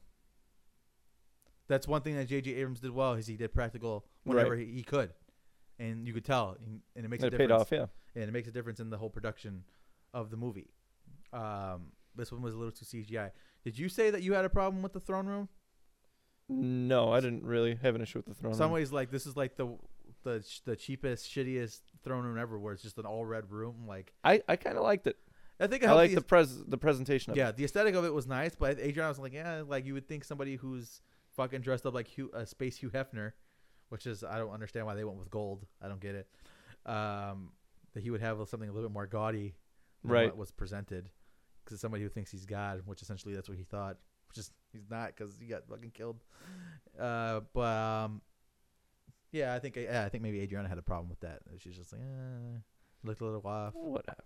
[SPEAKER 2] That's one thing that J.J. Abrams did well is he did practical whenever he, he could, and you could tell, and and it makes
[SPEAKER 1] And
[SPEAKER 2] a
[SPEAKER 1] it
[SPEAKER 2] difference.
[SPEAKER 1] paid off. Yeah,
[SPEAKER 2] and it makes a difference in the whole production of the movie. Um, this one was a little too CGI. Did you say that you had a problem with the throne room?
[SPEAKER 1] no, I didn't really have an issue with the throne. room.
[SPEAKER 2] Some ways, like this is like the the the cheapest, shittiest thrown in everywhere. where it's just an all red room. Like
[SPEAKER 1] I, I kind of liked it.
[SPEAKER 2] I think
[SPEAKER 1] I like the
[SPEAKER 2] the,
[SPEAKER 1] pres the presentation of it.
[SPEAKER 2] yeah the aesthetic of it was nice, but Adrian was like yeah like you would think somebody who's fucking dressed up like Hugh, uh, space Hugh Hefner, which is I don't understand why they went with gold. I don't get it. Um, that he would have something a little bit more gaudy than
[SPEAKER 1] Right.
[SPEAKER 2] what was presented because it's somebody who thinks he's God, which essentially that's what he thought, which is he's not because he got fucking killed. Uh, but um, yeah, I think yeah, I think maybe Adriana had a problem with that. She's just like, eh, looked a little off.
[SPEAKER 1] Whatever.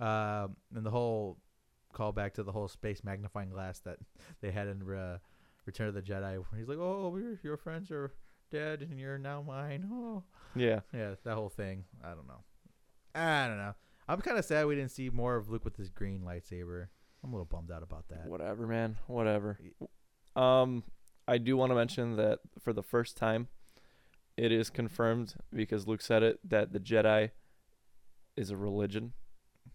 [SPEAKER 2] Um, and the whole callback to the whole space magnifying glass that they had in uh, Return of the Jedi, where he's like, "Oh, we're, your friends are dead, and you're now mine." Oh,
[SPEAKER 1] Yeah.
[SPEAKER 2] yeah, that whole thing. I don't know. I don't know. I'm kind of sad we didn't see more of Luke with his green lightsaber. I'm a little bummed out about that.
[SPEAKER 1] Whatever, man. Whatever. Um, I do want to mention that for the first time, it is confirmed because Luke said it that the Jedi is a religion.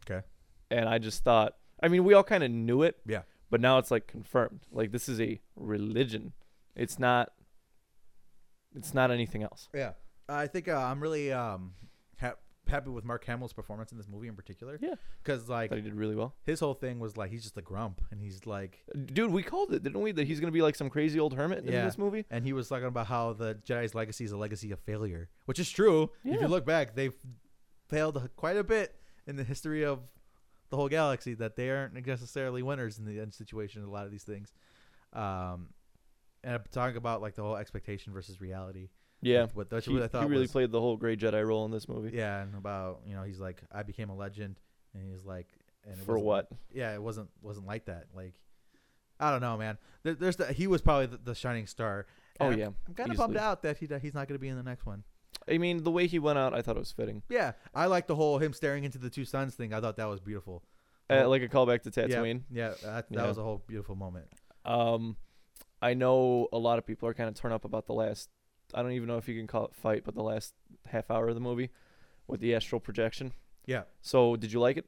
[SPEAKER 2] Okay.
[SPEAKER 1] And I just thought, I mean, we all kind of knew it.
[SPEAKER 2] Yeah.
[SPEAKER 1] But now it's like confirmed. Like this is a religion. It's not. It's not anything else.
[SPEAKER 2] Yeah, I think uh, I'm really um ha- happy with Mark Hamill's performance in this movie in particular.
[SPEAKER 1] Yeah.
[SPEAKER 2] because
[SPEAKER 1] I
[SPEAKER 2] like
[SPEAKER 1] thought he did really well.
[SPEAKER 2] his whole thing was like he's just a grump, and he's like
[SPEAKER 1] Dude, we called it, didn't we? That he's gonna be like some crazy old hermit in
[SPEAKER 2] Yeah.
[SPEAKER 1] this movie.
[SPEAKER 2] and he was talking about how the Jedi's legacy is a legacy of failure, which is true. If
[SPEAKER 1] Yeah.
[SPEAKER 2] you look back, they've failed quite a bit in the history of the whole galaxy. That they aren't necessarily winners in the end situation in a lot of these things. Um, and I'm talking about like the whole expectation versus reality.
[SPEAKER 1] Yeah.
[SPEAKER 2] what, that's
[SPEAKER 1] He,
[SPEAKER 2] what I
[SPEAKER 1] he
[SPEAKER 2] thought.
[SPEAKER 1] really
[SPEAKER 2] was,
[SPEAKER 1] played the whole gray Jedi role in this movie.
[SPEAKER 2] yeah, and about you know he's like I became a legend, and he's like and it
[SPEAKER 1] for
[SPEAKER 2] wasn't-
[SPEAKER 1] what?
[SPEAKER 2] yeah, it wasn't wasn't like that. Like, I don't know, man. There, there's the, he was probably the, the shining star.
[SPEAKER 1] Oh,
[SPEAKER 2] And
[SPEAKER 1] yeah,
[SPEAKER 2] I'm, kind of
[SPEAKER 1] easily.
[SPEAKER 2] bummed out that he that he's not going to be in the next one.
[SPEAKER 1] I mean, the way he went out, I thought it was fitting.
[SPEAKER 2] Yeah, I like the whole him staring into the two suns thing. I thought that was beautiful.
[SPEAKER 1] Uh,
[SPEAKER 2] Oh.
[SPEAKER 1] like a callback to
[SPEAKER 2] Yeah,
[SPEAKER 1] Tatooine.
[SPEAKER 2] Yeah, that, that
[SPEAKER 1] Yeah.
[SPEAKER 2] was a whole beautiful moment.
[SPEAKER 1] Um, I know a lot of people are kind of torn up about the last. I don't even know if you can call it fight, but the last half hour of the movie with the astral projection.
[SPEAKER 2] Yeah,
[SPEAKER 1] So, did you like it?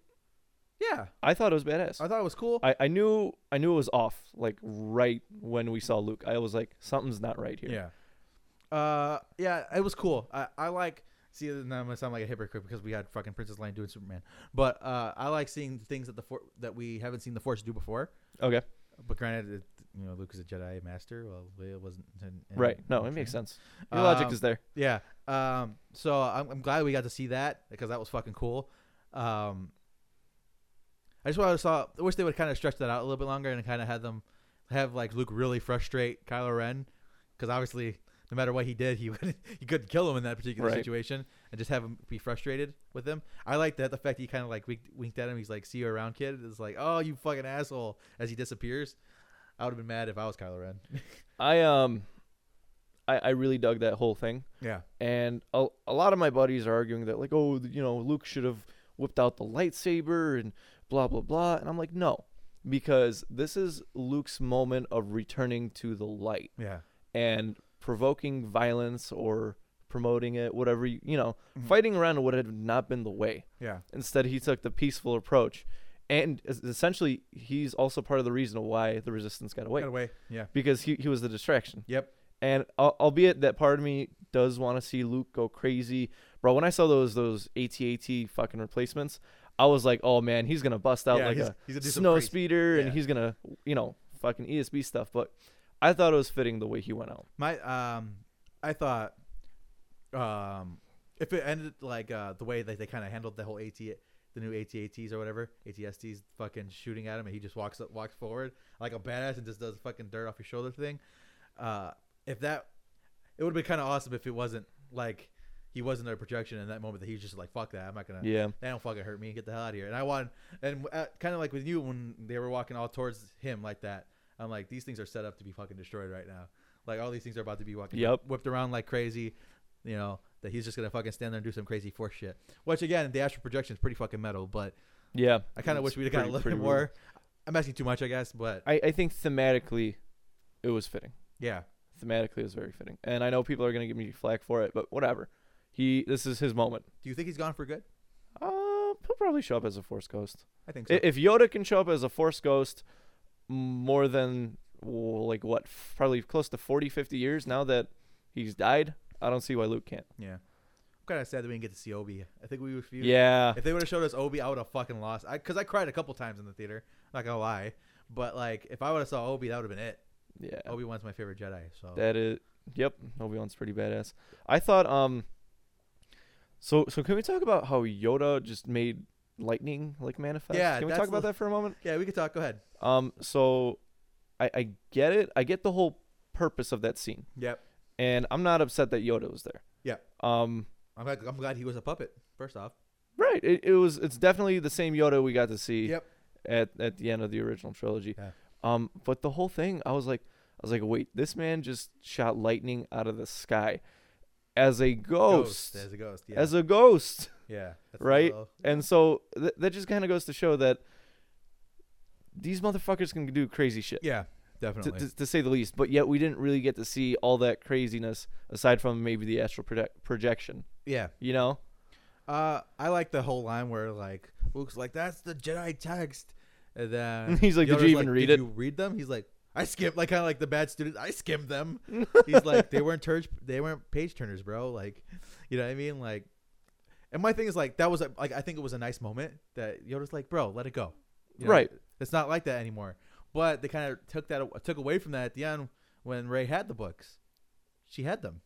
[SPEAKER 2] yeah,
[SPEAKER 1] I thought it was badass.
[SPEAKER 2] I thought it was cool.
[SPEAKER 1] I, I knew I knew it was off. Like right when we saw Luke, I was like, something's not right here.
[SPEAKER 2] Yeah. Uh, yeah, it was cool. I, I like see. Now I'm gonna sound like a hypocrite because we had fucking Princess Leia doing Superman, but uh, I like seeing things that the for- that we haven't seen the Force do before.
[SPEAKER 1] Okay.
[SPEAKER 2] But granted, it, you know, Luke is a Jedi master. Well, it wasn't. in- in-
[SPEAKER 1] Right. No,
[SPEAKER 2] in
[SPEAKER 1] it makes
[SPEAKER 2] training.
[SPEAKER 1] sense. Your logic
[SPEAKER 2] Um,
[SPEAKER 1] is there.
[SPEAKER 2] Yeah. Um. So I'm, I'm glad we got to see that because that was fucking cool. Um. I just wanted to saw. I wish they would kind of stretch that out a little bit longer and kind of had them have like Luke really frustrate Kylo Ren because obviously no matter what he did, he would he couldn't kill him in that particular
[SPEAKER 1] Right.
[SPEAKER 2] situation and just have him be frustrated with him. I like that the fact he kind of like winked, winked at him. He's like, "See you around, kid." It's like, "Oh, you fucking asshole!" As he disappears. I would have been mad if I was Kylo Ren.
[SPEAKER 1] I um, I I really dug that whole thing.
[SPEAKER 2] Yeah.
[SPEAKER 1] and a, a lot of my buddies are arguing that like oh you know luke should have whipped out the lightsaber and blah blah blah and i'm like no because this is luke's moment of returning to the light
[SPEAKER 2] Yeah.
[SPEAKER 1] and provoking violence or promoting it whatever you, you know fighting around would have not been the way
[SPEAKER 2] Yeah.
[SPEAKER 1] instead he took the peaceful approach and es- essentially he's also part of the reason why the resistance got away
[SPEAKER 2] Got away. Yeah.
[SPEAKER 1] because he, he was the distraction
[SPEAKER 2] Yep.
[SPEAKER 1] and al- albeit that part of me does want to see Luke go crazy, bro. When I saw those those ATAT fucking replacements, I was like, oh man, he's gonna bust out
[SPEAKER 2] Yeah,
[SPEAKER 1] like
[SPEAKER 2] he's-
[SPEAKER 1] a
[SPEAKER 2] he's gonna do some
[SPEAKER 1] snow
[SPEAKER 2] crazy-
[SPEAKER 1] speeder,
[SPEAKER 2] yeah.
[SPEAKER 1] and he's gonna you know fucking ESB stuff. But I thought it was fitting the way he went out.
[SPEAKER 2] My um, I thought um, if it ended like uh, the way that they kind of handled the whole AT, the new ATATs or whatever ATSTs, fucking shooting at him, and he just walks up, walks forward like a badass and just does a fucking dirt off your shoulder thing. Uh, if that, it would have been kind of awesome if it wasn't like he wasn't a projection in that moment that he was just like fuck that I'm not gonna
[SPEAKER 1] Yeah.
[SPEAKER 2] they don't fucking hurt me. Get the hell out of here. And I want, and uh, kind of like with you when they were walking all towards him like that. I'm like, these things are set up to be fucking destroyed right now. Like all these things are about to be fucking
[SPEAKER 1] Yep.
[SPEAKER 2] whipped around like crazy. You know that he's just gonna fucking stand there and do some crazy force shit. Which again, the astral projection is pretty fucking metal. But
[SPEAKER 1] Yeah,
[SPEAKER 2] I kind of
[SPEAKER 1] It's
[SPEAKER 2] wish we'd have got a
[SPEAKER 1] pretty-
[SPEAKER 2] little
[SPEAKER 1] pretty
[SPEAKER 2] bit more. I'm asking too much, I guess. But
[SPEAKER 1] brutal. I I think thematically, it was fitting.
[SPEAKER 2] yeah,
[SPEAKER 1] Thematically, it was very fitting. And I know people are gonna give me flack for it, but whatever. He this is his moment.
[SPEAKER 2] do you think he's gone for good?
[SPEAKER 1] Uh, he'll probably show up as a force ghost.
[SPEAKER 2] I think so.
[SPEAKER 1] I- If Yoda can show up as a Force ghost more than well, like what, f- probably close to 40, 50 years now that he's died, I don't see why Luke can't.
[SPEAKER 2] yeah. kind of sad that we didn't get to see Obi. I think we refused.
[SPEAKER 1] Yeah.
[SPEAKER 2] If they would have showed us Obi, I would have fucking lost. I because I cried a couple times in the theater. Not gonna lie, but like if I would have saw Obi, that would have been it.
[SPEAKER 1] Yeah.
[SPEAKER 2] Obi Wan's my favorite Jedi. So
[SPEAKER 1] That is yep, Obi Wan's pretty badass. I thought um so so can we talk about how Yoda just made lightning like manifest?
[SPEAKER 2] Yeah,
[SPEAKER 1] Can we
[SPEAKER 2] that's
[SPEAKER 1] talk about
[SPEAKER 2] the-
[SPEAKER 1] that for a moment?
[SPEAKER 2] yeah, we could talk. Go ahead.
[SPEAKER 1] Um so I, I get it. I get the whole purpose of that scene.
[SPEAKER 2] Yep.
[SPEAKER 1] And I'm not upset that Yoda was there.
[SPEAKER 2] Yeah.
[SPEAKER 1] Um
[SPEAKER 2] I'm glad, I'm glad he was a puppet. First off.
[SPEAKER 1] right. It, it was it's definitely the same Yoda we got to see
[SPEAKER 2] Yep.
[SPEAKER 1] at, at the end of the original trilogy.
[SPEAKER 2] Yeah.
[SPEAKER 1] Um, but the whole thing, I was like, I was like, wait, this man just shot lightning out of the sky as a ghost,
[SPEAKER 2] As a ghost. Yeah.
[SPEAKER 1] as a ghost,
[SPEAKER 2] yeah. That's a
[SPEAKER 1] right?
[SPEAKER 2] little-
[SPEAKER 1] And so th- that just kind of goes to show that these motherfuckers can do crazy shit,
[SPEAKER 2] yeah.
[SPEAKER 1] to,
[SPEAKER 2] Definitely.
[SPEAKER 1] to, to say the least. But yet we didn't really get to see all that craziness aside from maybe the astral project- projection,
[SPEAKER 2] yeah.
[SPEAKER 1] you know?
[SPEAKER 2] Uh, I like the whole line where like Luke's like, "That's the Jedi text," and then
[SPEAKER 1] He's like, "Did you
[SPEAKER 2] Yoda's
[SPEAKER 1] even read it?"
[SPEAKER 2] "Did You read them? He's like, "I skipped." Like kind of like the bad student, I skimmed them. He's like, "They weren't turn, they weren't page turners, bro." Like, you know what I mean? Like, and my thing is like that was a, like I think it was a nice moment that Yoda's like, "Bro, let it go." You know,
[SPEAKER 1] Right.
[SPEAKER 2] It's not like that anymore. But they kind of took that took away from that at the end when Ray had the books. She had them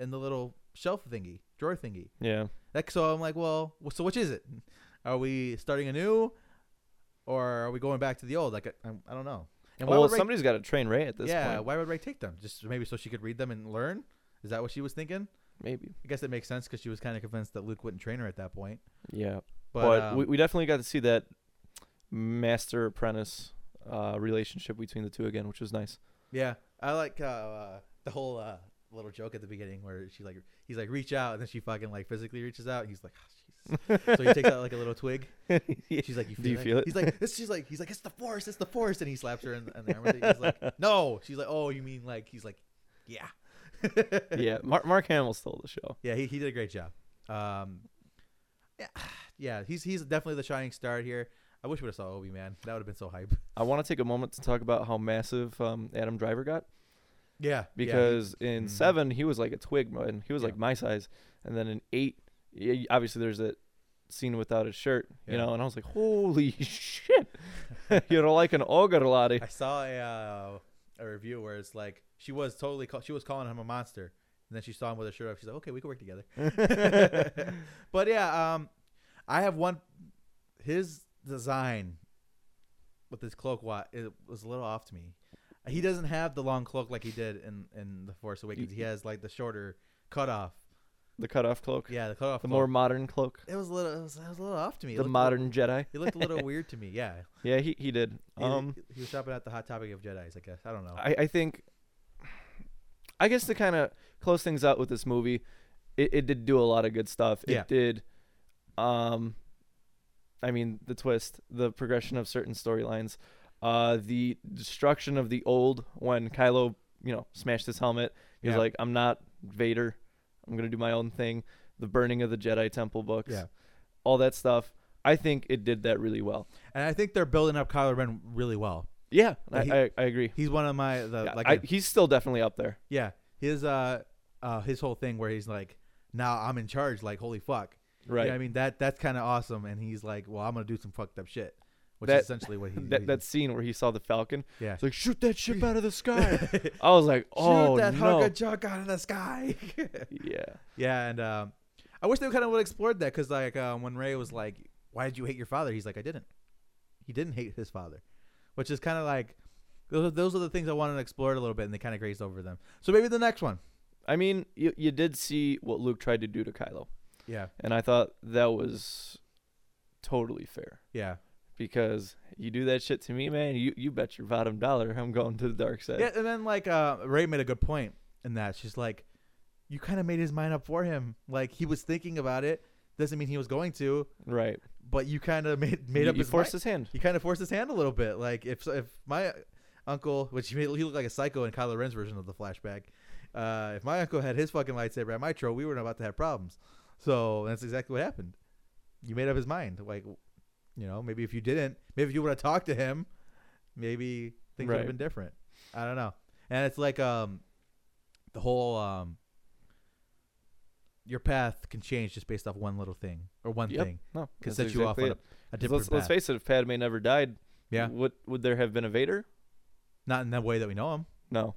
[SPEAKER 2] in the little shelf thingy, drawer thingy.
[SPEAKER 1] Yeah.
[SPEAKER 2] That, so I'm like, well, wh- so which is it? Are we starting anew, or are we going back to the old? Like, I, I don't know. And why
[SPEAKER 1] well,
[SPEAKER 2] would Ray-
[SPEAKER 1] somebody's got to train Ray at this
[SPEAKER 2] yeah,
[SPEAKER 1] point.
[SPEAKER 2] why would Ray take them? Just maybe so she could read them and learn. Is that what she was thinking?
[SPEAKER 1] Maybe.
[SPEAKER 2] I guess it makes sense because she was kind of convinced that Luke wouldn't train her at that point.
[SPEAKER 1] Yeah.
[SPEAKER 2] But,
[SPEAKER 1] but
[SPEAKER 2] um,
[SPEAKER 1] we, we definitely got to see that master apprentice uh, relationship between the two again, which was nice.
[SPEAKER 2] yeah, I like uh, uh, the whole uh, little joke at the beginning where she like he's like reach out and then she fucking like physically reaches out and he's like, oh, Jesus. so he takes out like a little twig. She's like, you feel
[SPEAKER 1] Do you
[SPEAKER 2] it?
[SPEAKER 1] feel it?
[SPEAKER 2] He's like, it's, she's like, he's like, it's the force, it's the force, and he slaps her in, in the arm. He's like, no. She's like, oh, you mean like? He's like, yeah,
[SPEAKER 1] yeah, Mark, Mark Hamill stole the show.
[SPEAKER 2] yeah. He, he did a great job. Um, yeah, yeah. He's he's definitely the shining star here. I wish we would have saw Obi man. That would have been so hype.
[SPEAKER 1] I want to take a moment to talk about how massive um, Adam Driver got
[SPEAKER 2] Yeah,
[SPEAKER 1] because in
[SPEAKER 2] Mhm.
[SPEAKER 1] seven he was like a twig, man. He was
[SPEAKER 2] Yeah.
[SPEAKER 1] like my size, and then in eight, y- obviously there's that scene without his shirt, you
[SPEAKER 2] Yeah.
[SPEAKER 1] know, and I was like, holy shit, you know, like an ogre lottie.
[SPEAKER 2] I saw a uh, a review where it's like she was totally call- she was calling him a monster, and then she saw him with a shirt off. She's like, okay, we can work together. but yeah, um, I have one. His design with his cloak wa- it was a little off to me. He doesn't have the long cloak like he did in in the Force Awakens. He has like the shorter cutoff.
[SPEAKER 1] The cutoff cloak,
[SPEAKER 2] Yeah, the cutoff.
[SPEAKER 1] the
[SPEAKER 2] cloak.
[SPEAKER 1] more modern cloak,
[SPEAKER 2] it was a little it was, it was a little off to me. It
[SPEAKER 1] the
[SPEAKER 2] looked a little-
[SPEAKER 1] modern Jedi.
[SPEAKER 2] It looked a little weird to me. Yeah.
[SPEAKER 1] Yeah, he, he did.
[SPEAKER 2] He, Oh.
[SPEAKER 1] Um,
[SPEAKER 2] he was shopping at the Hot Topic of Jedi's. I guess I don't know.
[SPEAKER 1] I, I think, I guess to kind of close things out with this movie, it, it did do a lot of good stuff.
[SPEAKER 2] Yeah.
[SPEAKER 1] It did, um, I mean the twist, the progression of certain storylines, uh, the destruction of the old when Kylo, you know, smashed his helmet. He's
[SPEAKER 2] Yeah.
[SPEAKER 1] like, I'm not Vader. I'm gonna do my own thing. The burning of the Jedi Temple books.
[SPEAKER 2] Yeah.
[SPEAKER 1] All that stuff. I think it did that really well.
[SPEAKER 2] And I think they're building up Kylo Ren really well.
[SPEAKER 1] Yeah,
[SPEAKER 2] Yeah,
[SPEAKER 1] I,
[SPEAKER 2] he-
[SPEAKER 1] I, I agree.
[SPEAKER 2] He's one of my the
[SPEAKER 1] Yeah,
[SPEAKER 2] like
[SPEAKER 1] I,
[SPEAKER 2] a-
[SPEAKER 1] he's still definitely up there.
[SPEAKER 2] yeah his uh uh his whole thing where he's like now I'm in charge like holy fuck You know
[SPEAKER 1] Right.
[SPEAKER 2] what I mean that that's kind of awesome and he's like well I'm gonna do some fucked up shit which
[SPEAKER 1] That-
[SPEAKER 2] is essentially what he
[SPEAKER 1] that, that scene where he saw the falcon.
[SPEAKER 2] yeah
[SPEAKER 1] It's like shoot that ship out of the sky. I was like, oh
[SPEAKER 2] shoot that hunk
[SPEAKER 1] no,
[SPEAKER 2] of junk out of the sky
[SPEAKER 1] yeah,
[SPEAKER 2] yeah and um I wish they kind of would have explored that because like um, when Ray was like why did you hate your father he's like I didn't he didn't hate his father which is kind of like those are, those are the things I wanted to explore a little bit and they kind of grazed over them so maybe the next one
[SPEAKER 1] I mean, you you did see what Luke tried to do to Kylo,
[SPEAKER 2] yeah
[SPEAKER 1] and I thought that was totally fair
[SPEAKER 2] yeah
[SPEAKER 1] because you do that shit to me, man. You you bet your bottom dollar I'm going to the dark side.
[SPEAKER 2] Yeah, and then like uh, Ray made a good point in that she's like, you kind of made his mind up for him. Like he was thinking about it. Doesn't mean he was going to,
[SPEAKER 1] Right,
[SPEAKER 2] but you kind of made made
[SPEAKER 1] you,
[SPEAKER 2] up
[SPEAKER 1] you
[SPEAKER 2] his
[SPEAKER 1] forced
[SPEAKER 2] mind.
[SPEAKER 1] his hand.
[SPEAKER 2] You kind of forced his hand a little bit. Like if if my uncle, which he, made, he looked like a psycho in Kylo Ren's version of the flashback, uh, if my uncle had his fucking lightsaber at my tro, we were about to have problems. So that's exactly what happened. You made up his mind. Like, you know, maybe if you didn't, maybe if you would have talked to him, maybe things would
[SPEAKER 1] Right.
[SPEAKER 2] have been different. I don't know. And it's like um, the whole um, your path can change just based off one little thing or one
[SPEAKER 1] Yep.
[SPEAKER 2] thing
[SPEAKER 1] No,
[SPEAKER 2] could
[SPEAKER 1] that's
[SPEAKER 2] set you off
[SPEAKER 1] exactly
[SPEAKER 2] on a,
[SPEAKER 1] it.
[SPEAKER 2] a
[SPEAKER 1] 'Cause
[SPEAKER 2] different
[SPEAKER 1] Let's,
[SPEAKER 2] path.
[SPEAKER 1] let's face it. If Padme never died,
[SPEAKER 2] yeah,
[SPEAKER 1] would would there have been a Vader?
[SPEAKER 2] not in the way that we know him.
[SPEAKER 1] No.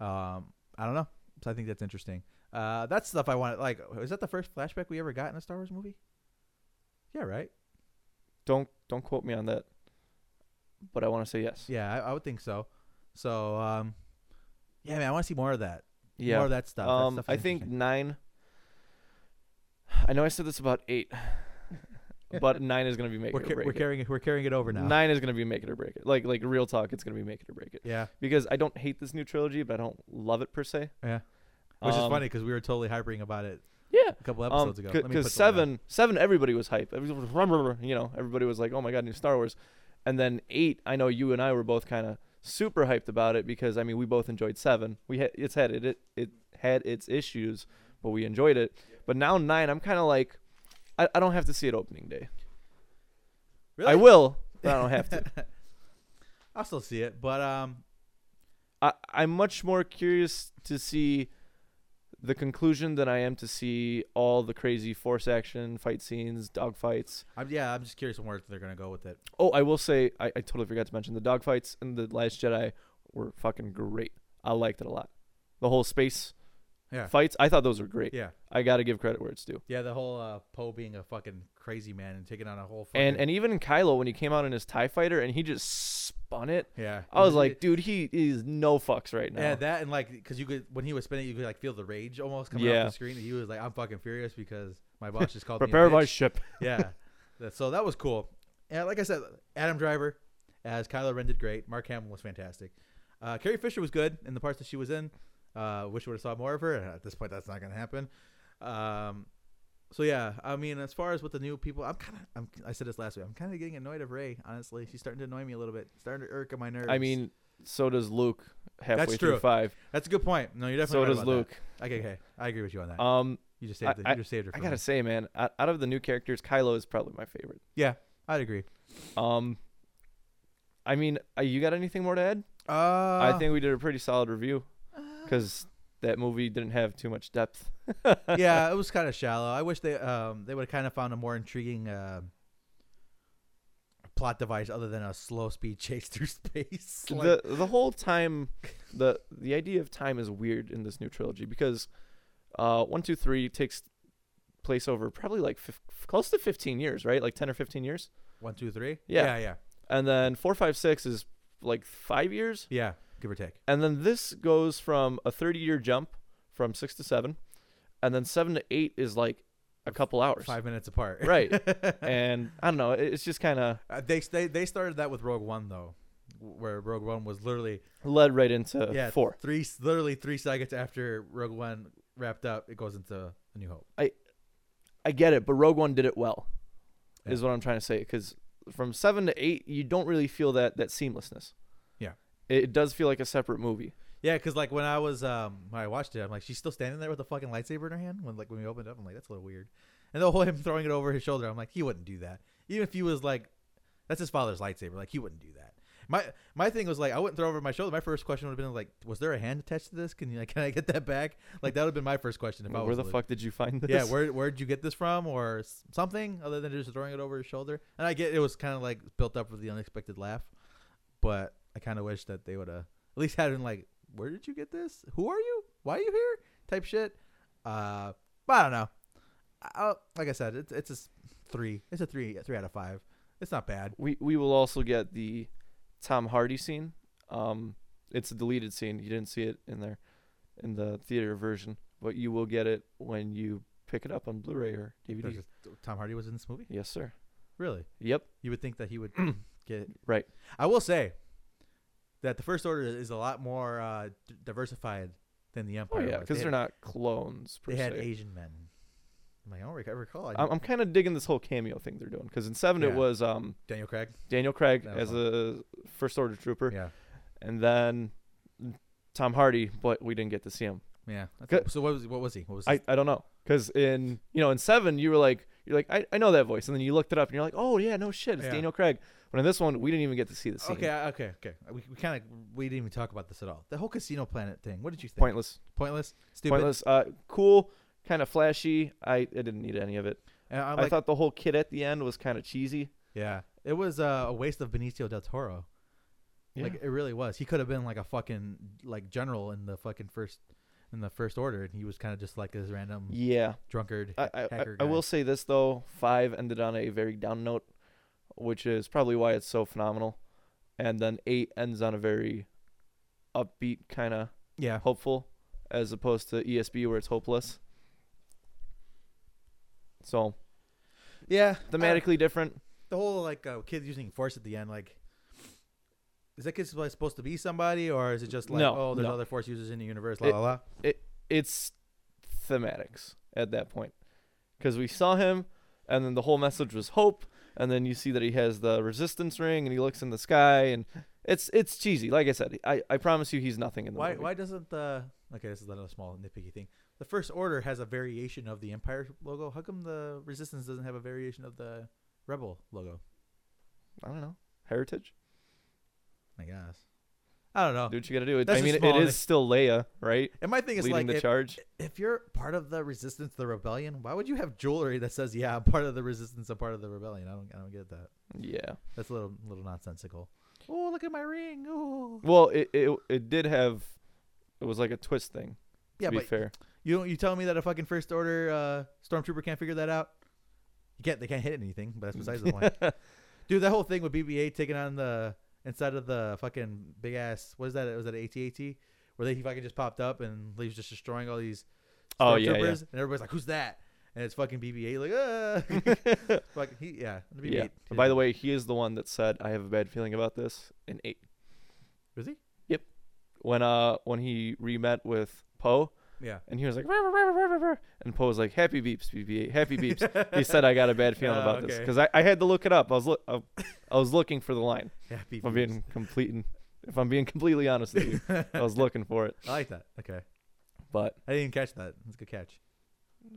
[SPEAKER 2] Um, I don't know. So I think that's interesting. Uh, that's stuff I wanted. Like, was that the first flashback we ever got in a Star Wars movie? Yeah, right.
[SPEAKER 1] Don't don't quote me on that. But I want to say yes.
[SPEAKER 2] Yeah, I, I would think so. So, um, yeah, man, I want to see more of that.
[SPEAKER 1] Yeah.
[SPEAKER 2] More of that stuff. That
[SPEAKER 1] um,
[SPEAKER 2] stuff is
[SPEAKER 1] I think
[SPEAKER 2] interesting.
[SPEAKER 1] nine. I know I said this about eight, but nine is gonna be make
[SPEAKER 2] we're,
[SPEAKER 1] it
[SPEAKER 2] ca-
[SPEAKER 1] or break
[SPEAKER 2] we're
[SPEAKER 1] it.
[SPEAKER 2] carrying it. We're carrying it over now.
[SPEAKER 1] Nine is gonna be make it or break it. Like like real talk, it's gonna be make it or break it.
[SPEAKER 2] Yeah,
[SPEAKER 1] Because I don't hate this new trilogy, but I don't love it per se.
[SPEAKER 2] yeah. Which is
[SPEAKER 1] Um,
[SPEAKER 2] funny because we were totally hypering about it
[SPEAKER 1] Yeah.
[SPEAKER 2] a couple
[SPEAKER 1] Um,
[SPEAKER 2] episodes ago. Let me put
[SPEAKER 1] because
[SPEAKER 2] the light on.
[SPEAKER 1] seven, seven, everybody was hype. Everybody was, "Rum, rum, rum," you know, everybody was like, "Oh my god, new Star Wars," and then eight. I know you and I were both kind of super hyped about it because I mean we both enjoyed seven. We had it's had it, it it had its issues, but we enjoyed it. But now nine, I'm kind of like, I, I don't have to see it opening day. I
[SPEAKER 2] Really?
[SPEAKER 1] will, but I don't have to.
[SPEAKER 2] I'll still see it, but um,
[SPEAKER 1] I I'm much more curious to see the conclusion than I am to see all the crazy force action, fight scenes, dog fights.
[SPEAKER 2] I'm, yeah, I'm just curious on where they're gonna go with it.
[SPEAKER 1] Oh, I will say, I, I totally forgot to mention the dogfights in the Last Jedi were fucking great. I liked it a lot. The whole space
[SPEAKER 2] Yeah,
[SPEAKER 1] fights, I thought those were great.
[SPEAKER 2] yeah,
[SPEAKER 1] I gotta give credit where it's due.
[SPEAKER 2] yeah. The whole uh, Poe being a fucking crazy man and taking on a whole fucking
[SPEAKER 1] And and even Kylo when he came out in his Tie Fighter and he just spun it,
[SPEAKER 2] yeah.
[SPEAKER 1] I was like, dude, he is no fucks right now.
[SPEAKER 2] Yeah, that and like, cause you could when he was spinning, you could like feel the rage almost coming off
[SPEAKER 1] Yeah.
[SPEAKER 2] the screen. And he was like, "I'm fucking furious because my boss just called
[SPEAKER 1] Prepare
[SPEAKER 2] me." a
[SPEAKER 1] my
[SPEAKER 2] bitch."
[SPEAKER 1] ship.
[SPEAKER 2] yeah. That- So that was cool. And like I said, Adam Driver as Kylo Ren did great. Mark Hamill was fantastic. Uh, Carrie Fisher was good in the parts that she was in. Uh, wish we would have saw more of her. At this point, that's not going to happen. Um, so yeah, I mean, as far as with the new people, I'm kind of, I'm, I said this last week, I'm kind of getting annoyed of Ray. Honestly, she's starting to annoy me a little bit. Starting to irk my nerves.
[SPEAKER 1] I mean, so does Luke halfway
[SPEAKER 2] true.
[SPEAKER 1] through five.
[SPEAKER 2] that's a good point. No, you're
[SPEAKER 1] So
[SPEAKER 2] definitely. right
[SPEAKER 1] does
[SPEAKER 2] about that.
[SPEAKER 1] Luke.
[SPEAKER 2] Okay, okay, I agree with you on that.
[SPEAKER 1] Um,
[SPEAKER 2] you just saved, it. you just saved her.
[SPEAKER 1] I
[SPEAKER 2] for
[SPEAKER 1] gotta
[SPEAKER 2] me.
[SPEAKER 1] say, man, out out of the new characters, Kylo is probably my favorite.
[SPEAKER 2] Yeah, I'd agree.
[SPEAKER 1] Um, I mean, uh, you got anything more to add?
[SPEAKER 2] Uh,
[SPEAKER 1] I think we did a pretty solid review because that movie didn't have too much depth.
[SPEAKER 2] yeah, it was kind of shallow. I wish they um they would have kind of found a more intriguing uh, plot device other than a slow speed chase through space. Like,
[SPEAKER 1] the the whole time, the the idea of time is weird in this new trilogy because, uh, one two three takes place over probably like fif- close to fifteen years, right? Like ten or fifteen years,
[SPEAKER 2] one, two, three.
[SPEAKER 1] Yeah.
[SPEAKER 2] yeah, yeah,
[SPEAKER 1] and then four five six is like five years,
[SPEAKER 2] yeah. Give or take.
[SPEAKER 1] and then this goes from a thirty year jump from six to seven, and then seven to eight is like a couple hours.
[SPEAKER 2] Five minutes apart.
[SPEAKER 1] Right. and I don't know. it- It's just kind of
[SPEAKER 2] Uh, they they they started that with Rogue One though, where Rogue One was literally
[SPEAKER 1] led right into
[SPEAKER 2] yeah
[SPEAKER 1] four.
[SPEAKER 2] three literally three seconds after Rogue One wrapped up, it goes into A New Hope.
[SPEAKER 1] I get it, but Rogue One did it well, is
[SPEAKER 2] Yeah.
[SPEAKER 1] what I'm trying to say. Because from seven to eight, you don't really feel that that seamlessness.
[SPEAKER 2] Yeah.
[SPEAKER 1] it, it does feel like a separate movie.
[SPEAKER 2] Yeah, because like when I was um when I watched it, I'm like, she's still standing there with a fucking lightsaber in her hand. When like when we opened up, I'm like, that's a little weird. And the whole him throwing it over his shoulder, I'm like, he wouldn't do that. Even if he was like, that's his father's lightsaber, like he wouldn't do that. My my thing was like, I wouldn't throw it over my shoulder. My first question would have been like, was there a hand attached to this? Can you like, can I get that back? Like that would have been my first question. If I
[SPEAKER 1] Where
[SPEAKER 2] was
[SPEAKER 1] the
[SPEAKER 2] Luke.
[SPEAKER 1] fuck did you find this?
[SPEAKER 2] Yeah, where where'd you get this from, or s- something other than just throwing it over his shoulder? And I get it was kind of like built up with the unexpected laugh, but I kind of wish that they would have at least had him like, "Where did you get this? Who are you? Why are you here?" type shit. Uh, but I don't know. I, I- like I said, it's it's a s- three. It's a three, a three out of five. It's not bad.
[SPEAKER 1] we we will also get the Tom Hardy scene. Um, it's a deleted scene. You didn't see it in there, in the theater version, but you will get it when you pick it up on Blu-ray or DVD.
[SPEAKER 2] Because Tom Hardy was in this movie.
[SPEAKER 1] Yes, sir.
[SPEAKER 2] Really?
[SPEAKER 1] Yep. Oh,
[SPEAKER 2] You would think that he would get
[SPEAKER 1] Right.
[SPEAKER 2] I will say that the First Order is a lot more uh, d- diversified than the
[SPEAKER 1] Oh
[SPEAKER 2] Empire.
[SPEAKER 1] yeah,
[SPEAKER 2] was.
[SPEAKER 1] because
[SPEAKER 2] They
[SPEAKER 1] they're
[SPEAKER 2] had-
[SPEAKER 1] not clones. Per
[SPEAKER 2] They had
[SPEAKER 1] se.
[SPEAKER 2] Asian men. I'm like, I don't rec- I recall. I
[SPEAKER 1] I'm, I'm kind of digging this whole cameo thing they're doing because in seven
[SPEAKER 2] Yeah.
[SPEAKER 1] it was um,
[SPEAKER 2] Daniel Craig.
[SPEAKER 1] Daniel Craig
[SPEAKER 2] That was
[SPEAKER 1] as a first order trooper,
[SPEAKER 2] Yeah,
[SPEAKER 1] and then Tom Hardy, but we didn't get to see him.
[SPEAKER 2] yeah.
[SPEAKER 1] Good.
[SPEAKER 2] So what was what was he? What was
[SPEAKER 1] I, I don't know because in you know in seven you were like you're like I, I know that voice, and then you looked it up and you're like oh yeah no shit it's
[SPEAKER 2] Yeah.
[SPEAKER 1] Daniel Craig. When in this one we didn't even get to see the
[SPEAKER 2] his-
[SPEAKER 1] scene.
[SPEAKER 2] okay, I- okay, okay. Uh, We, we kind of we didn't even talk about this at all. The whole Casino Planet thing. What did you think?
[SPEAKER 1] pointless,
[SPEAKER 2] Pointless. Stupid.
[SPEAKER 1] pointless. Uh, cool. kind of flashy. I, I didn't need any of it.
[SPEAKER 2] And I,
[SPEAKER 1] I
[SPEAKER 2] like,
[SPEAKER 1] thought the whole kid at the end was kind of cheesy.
[SPEAKER 2] yeah, it was uh, a waste of Benicio del Toro.
[SPEAKER 1] Like,
[SPEAKER 2] Like it really was. He could have been like a fucking like general in the fucking first in the first order, and he was kind of just like this random
[SPEAKER 1] yeah.
[SPEAKER 2] drunkard.
[SPEAKER 1] I, I, I,
[SPEAKER 2] hacker
[SPEAKER 1] I
[SPEAKER 2] guy.
[SPEAKER 1] will say this though, five ended on a very down note, which is probably why it's so phenomenal, and then eight ends on a very upbeat kind of
[SPEAKER 2] Yeah,
[SPEAKER 1] hopeful, as opposed to ESB where it's hopeless. So
[SPEAKER 2] yeah. Thematic.
[SPEAKER 1] thematically different.
[SPEAKER 2] the whole like uh, kids using force at the end, like. Is that kid supposed- supposed to be somebody, or is it just like,
[SPEAKER 1] No,
[SPEAKER 2] oh, there's
[SPEAKER 1] no.
[SPEAKER 2] other force users in the universe, la
[SPEAKER 1] It-
[SPEAKER 2] la la?
[SPEAKER 1] It's thematics at that point, because we saw him, and then the whole message was hope, and then you see that he has the resistance ring, and he looks in the sky, and it's it's cheesy. Like I said, I, I promise you, he's nothing in the
[SPEAKER 2] Why
[SPEAKER 1] movie.
[SPEAKER 2] why doesn't the okay? This is another small nitpicky thing. The First Order has a variation of the Empire logo. How come the Resistance doesn't have a variation of the Rebel logo?
[SPEAKER 1] I don't know. Heritage.
[SPEAKER 2] I guess. I don't know.
[SPEAKER 1] Do what you gotta do. It,
[SPEAKER 2] Oh. That's
[SPEAKER 1] I
[SPEAKER 2] a
[SPEAKER 1] mean, it
[SPEAKER 2] small
[SPEAKER 1] is
[SPEAKER 2] thing.
[SPEAKER 1] still Leia, right?
[SPEAKER 2] and my thing is
[SPEAKER 1] Leading
[SPEAKER 2] like,
[SPEAKER 1] the
[SPEAKER 2] if,
[SPEAKER 1] charge.
[SPEAKER 2] if you're part of the Resistance, the Rebellion, why would you have jewelry that says, "Yeah, I'm part of the Resistance, I'm part of the Rebellion"? I don't, I don't get that.
[SPEAKER 1] Yeah.
[SPEAKER 2] That's a little, little nonsensical. Oh, look at my ring. Oh,
[SPEAKER 1] Well, it, it it did have. It was like a twist thing.
[SPEAKER 2] yeah,
[SPEAKER 1] to be
[SPEAKER 2] but
[SPEAKER 1] fair.
[SPEAKER 2] you don't. You telling me that a fucking First Order uh, stormtrooper can't figure that out? You can't. They can't hit anything. But that's besides the point. Dude, that whole thing with BB-8 taking on the inside of the fucking big ass. What is that? Was that AT-AT? Where they he fucking just popped up and he was just destroying all these
[SPEAKER 1] Oh, yeah, yeah.
[SPEAKER 2] stormtroopers, and everybody's like, "Who's that?" And it's fucking BB-8. Like, ah, fuck, he, yeah, the BB-8.
[SPEAKER 1] yeah.
[SPEAKER 2] did
[SPEAKER 1] By the
[SPEAKER 2] it.
[SPEAKER 1] way, he is the one that said, "I have a bad feeling about this." In eight,
[SPEAKER 2] was he?
[SPEAKER 1] when uh when he re-met with Poe,
[SPEAKER 2] Yeah,
[SPEAKER 1] and he was like, "Rah, rah, rah, rah, rah, rah," and Poe was like, "Happy beeps, BB-8, happy beeps." he said, "I got a bad feeling
[SPEAKER 2] Oh,
[SPEAKER 1] about this
[SPEAKER 2] okay.
[SPEAKER 1] because I, I had to look it up. I was look I, I was looking for the line.
[SPEAKER 2] happy.
[SPEAKER 1] If I'm
[SPEAKER 2] beeps.
[SPEAKER 1] being complete, and- if I'm being completely honest with you, I was looking for it.
[SPEAKER 2] I like that. Okay,
[SPEAKER 1] But
[SPEAKER 2] I didn't even catch that. That's a good catch.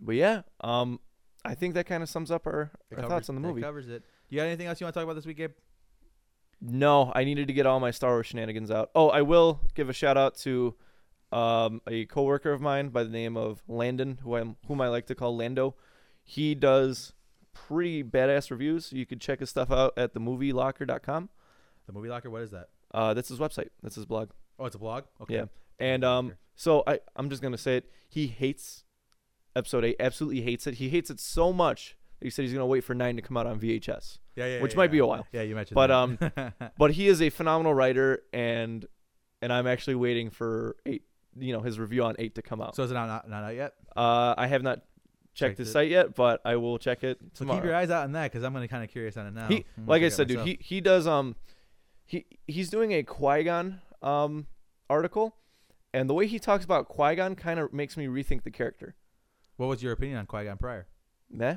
[SPEAKER 1] but yeah, um, I think that kind of sums up our,
[SPEAKER 2] It
[SPEAKER 1] our
[SPEAKER 2] covers-
[SPEAKER 1] thoughts on the
[SPEAKER 2] that
[SPEAKER 1] movie.
[SPEAKER 2] covers it. You got anything else you want to talk about this week, Gabe?
[SPEAKER 1] No, I needed to get all my Star Wars shenanigans out. Oh, I will give a shout out to um, a coworker of mine by the name of Landon, who I'm whom I like to call Lando. He does pretty badass reviews. You could check his stuff out at themovielocker.com.
[SPEAKER 2] The movie locker. What is that?
[SPEAKER 1] Uh, that's his website. That's his blog.
[SPEAKER 2] Oh, it's a blog. Okay.
[SPEAKER 1] Yeah. And um, so I I'm just gonna say it. He hates episode eight. Absolutely hates it. He hates it so much. that He said he's gonna wait for nine to come out on VHS.
[SPEAKER 2] yeah, yeah,
[SPEAKER 1] which
[SPEAKER 2] yeah,
[SPEAKER 1] might
[SPEAKER 2] yeah.
[SPEAKER 1] be a while.
[SPEAKER 2] Yeah, you mentioned.
[SPEAKER 1] But, um,
[SPEAKER 2] that.
[SPEAKER 1] but he is a phenomenal writer and and I'm actually waiting for eight you know his review on eight to come out.
[SPEAKER 2] so is it not not, not out yet?
[SPEAKER 1] uh, I have not checked
[SPEAKER 2] Checked
[SPEAKER 1] his
[SPEAKER 2] it.
[SPEAKER 1] site yet, but I will check it
[SPEAKER 2] So
[SPEAKER 1] tomorrow.
[SPEAKER 2] keep your eyes out on that because I'm gonna kind of curious on it now.
[SPEAKER 1] he
[SPEAKER 2] I'm gonna
[SPEAKER 1] like I
[SPEAKER 2] check it
[SPEAKER 1] said, dude,
[SPEAKER 2] myself.
[SPEAKER 1] he he does um he he's doing a Qui Gon um article, and the way he talks about Qui Gon kind of makes me rethink the character.
[SPEAKER 2] what was your opinion on Qui Gon Prior?
[SPEAKER 1] Nah,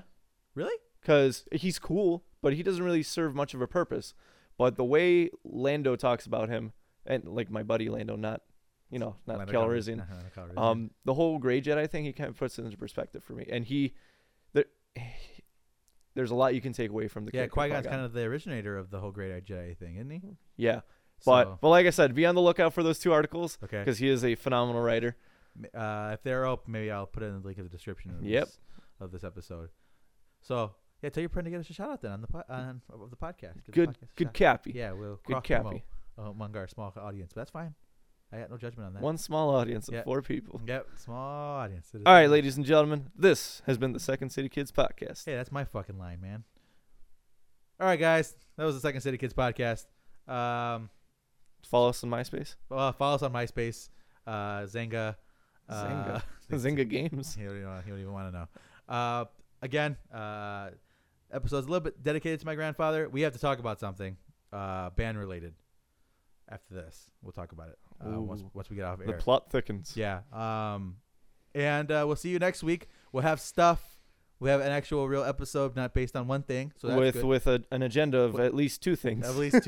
[SPEAKER 2] Really?
[SPEAKER 1] because he's cool, but he doesn't really serve much of a purpose. But the way Lando talks about him, and like my buddy Lando, not you know not
[SPEAKER 2] Lando
[SPEAKER 1] Calrissian.
[SPEAKER 2] Uh-huh, Lando Calrissian.
[SPEAKER 1] Um, the whole Grey Jedi thing, he kind of puts it into perspective for me. And he, there, there's a lot you can take away from the
[SPEAKER 2] yeah,
[SPEAKER 1] character
[SPEAKER 2] Qui Gon's kind of the originator of the whole Great Jedi thing, isn't he?
[SPEAKER 1] yeah. But
[SPEAKER 2] So,
[SPEAKER 1] but like I said, be on the lookout for those two articles
[SPEAKER 2] okay,
[SPEAKER 1] because he is a phenomenal writer.
[SPEAKER 2] uh, if they're up, maybe I'll put it in the link of the description. Of
[SPEAKER 1] Yep.
[SPEAKER 2] This, of this episode. So yeah, tell your friend to give us a shout out then on the po- on of the podcast. Give the
[SPEAKER 1] Good
[SPEAKER 2] podcast a
[SPEAKER 1] good
[SPEAKER 2] shout-
[SPEAKER 1] cappy.
[SPEAKER 2] Yeah, we'll
[SPEAKER 1] good
[SPEAKER 2] cross promote,
[SPEAKER 1] cappy.
[SPEAKER 2] uh, among our small audience, but that's fine. I got no judgment on that.
[SPEAKER 1] One small audience of
[SPEAKER 2] Yeah.
[SPEAKER 1] four people.
[SPEAKER 2] Yep, small audience. It is
[SPEAKER 1] All right,
[SPEAKER 2] what it is.
[SPEAKER 1] ladies and gentlemen, this has been the Second City Kids podcast.
[SPEAKER 2] Hey, that's my fucking line, man. All right, guys, that was the Second City Kids podcast. Um,
[SPEAKER 1] Follow us on MySpace,
[SPEAKER 2] well, follow us on MySpace, uh, Zanga. Uh,
[SPEAKER 1] Zynga. Zynga Games.
[SPEAKER 2] he, don't even, wanna- he don't even want to know. Uh, again, uh, episode's a little bit dedicated to my grandfather. We have to talk about something uh, band related. After this, we'll talk about it uh, once,
[SPEAKER 1] Ooh.
[SPEAKER 2] once we get off air.
[SPEAKER 1] The plot thickens.
[SPEAKER 2] Yeah. Um, and uh, we'll see you next week. We'll have stuff. We have an actual real episode, not based on one thing. So that's
[SPEAKER 1] with
[SPEAKER 2] good.
[SPEAKER 1] with a, an agenda of
[SPEAKER 2] Wi-
[SPEAKER 1] at least two things.
[SPEAKER 2] at least two.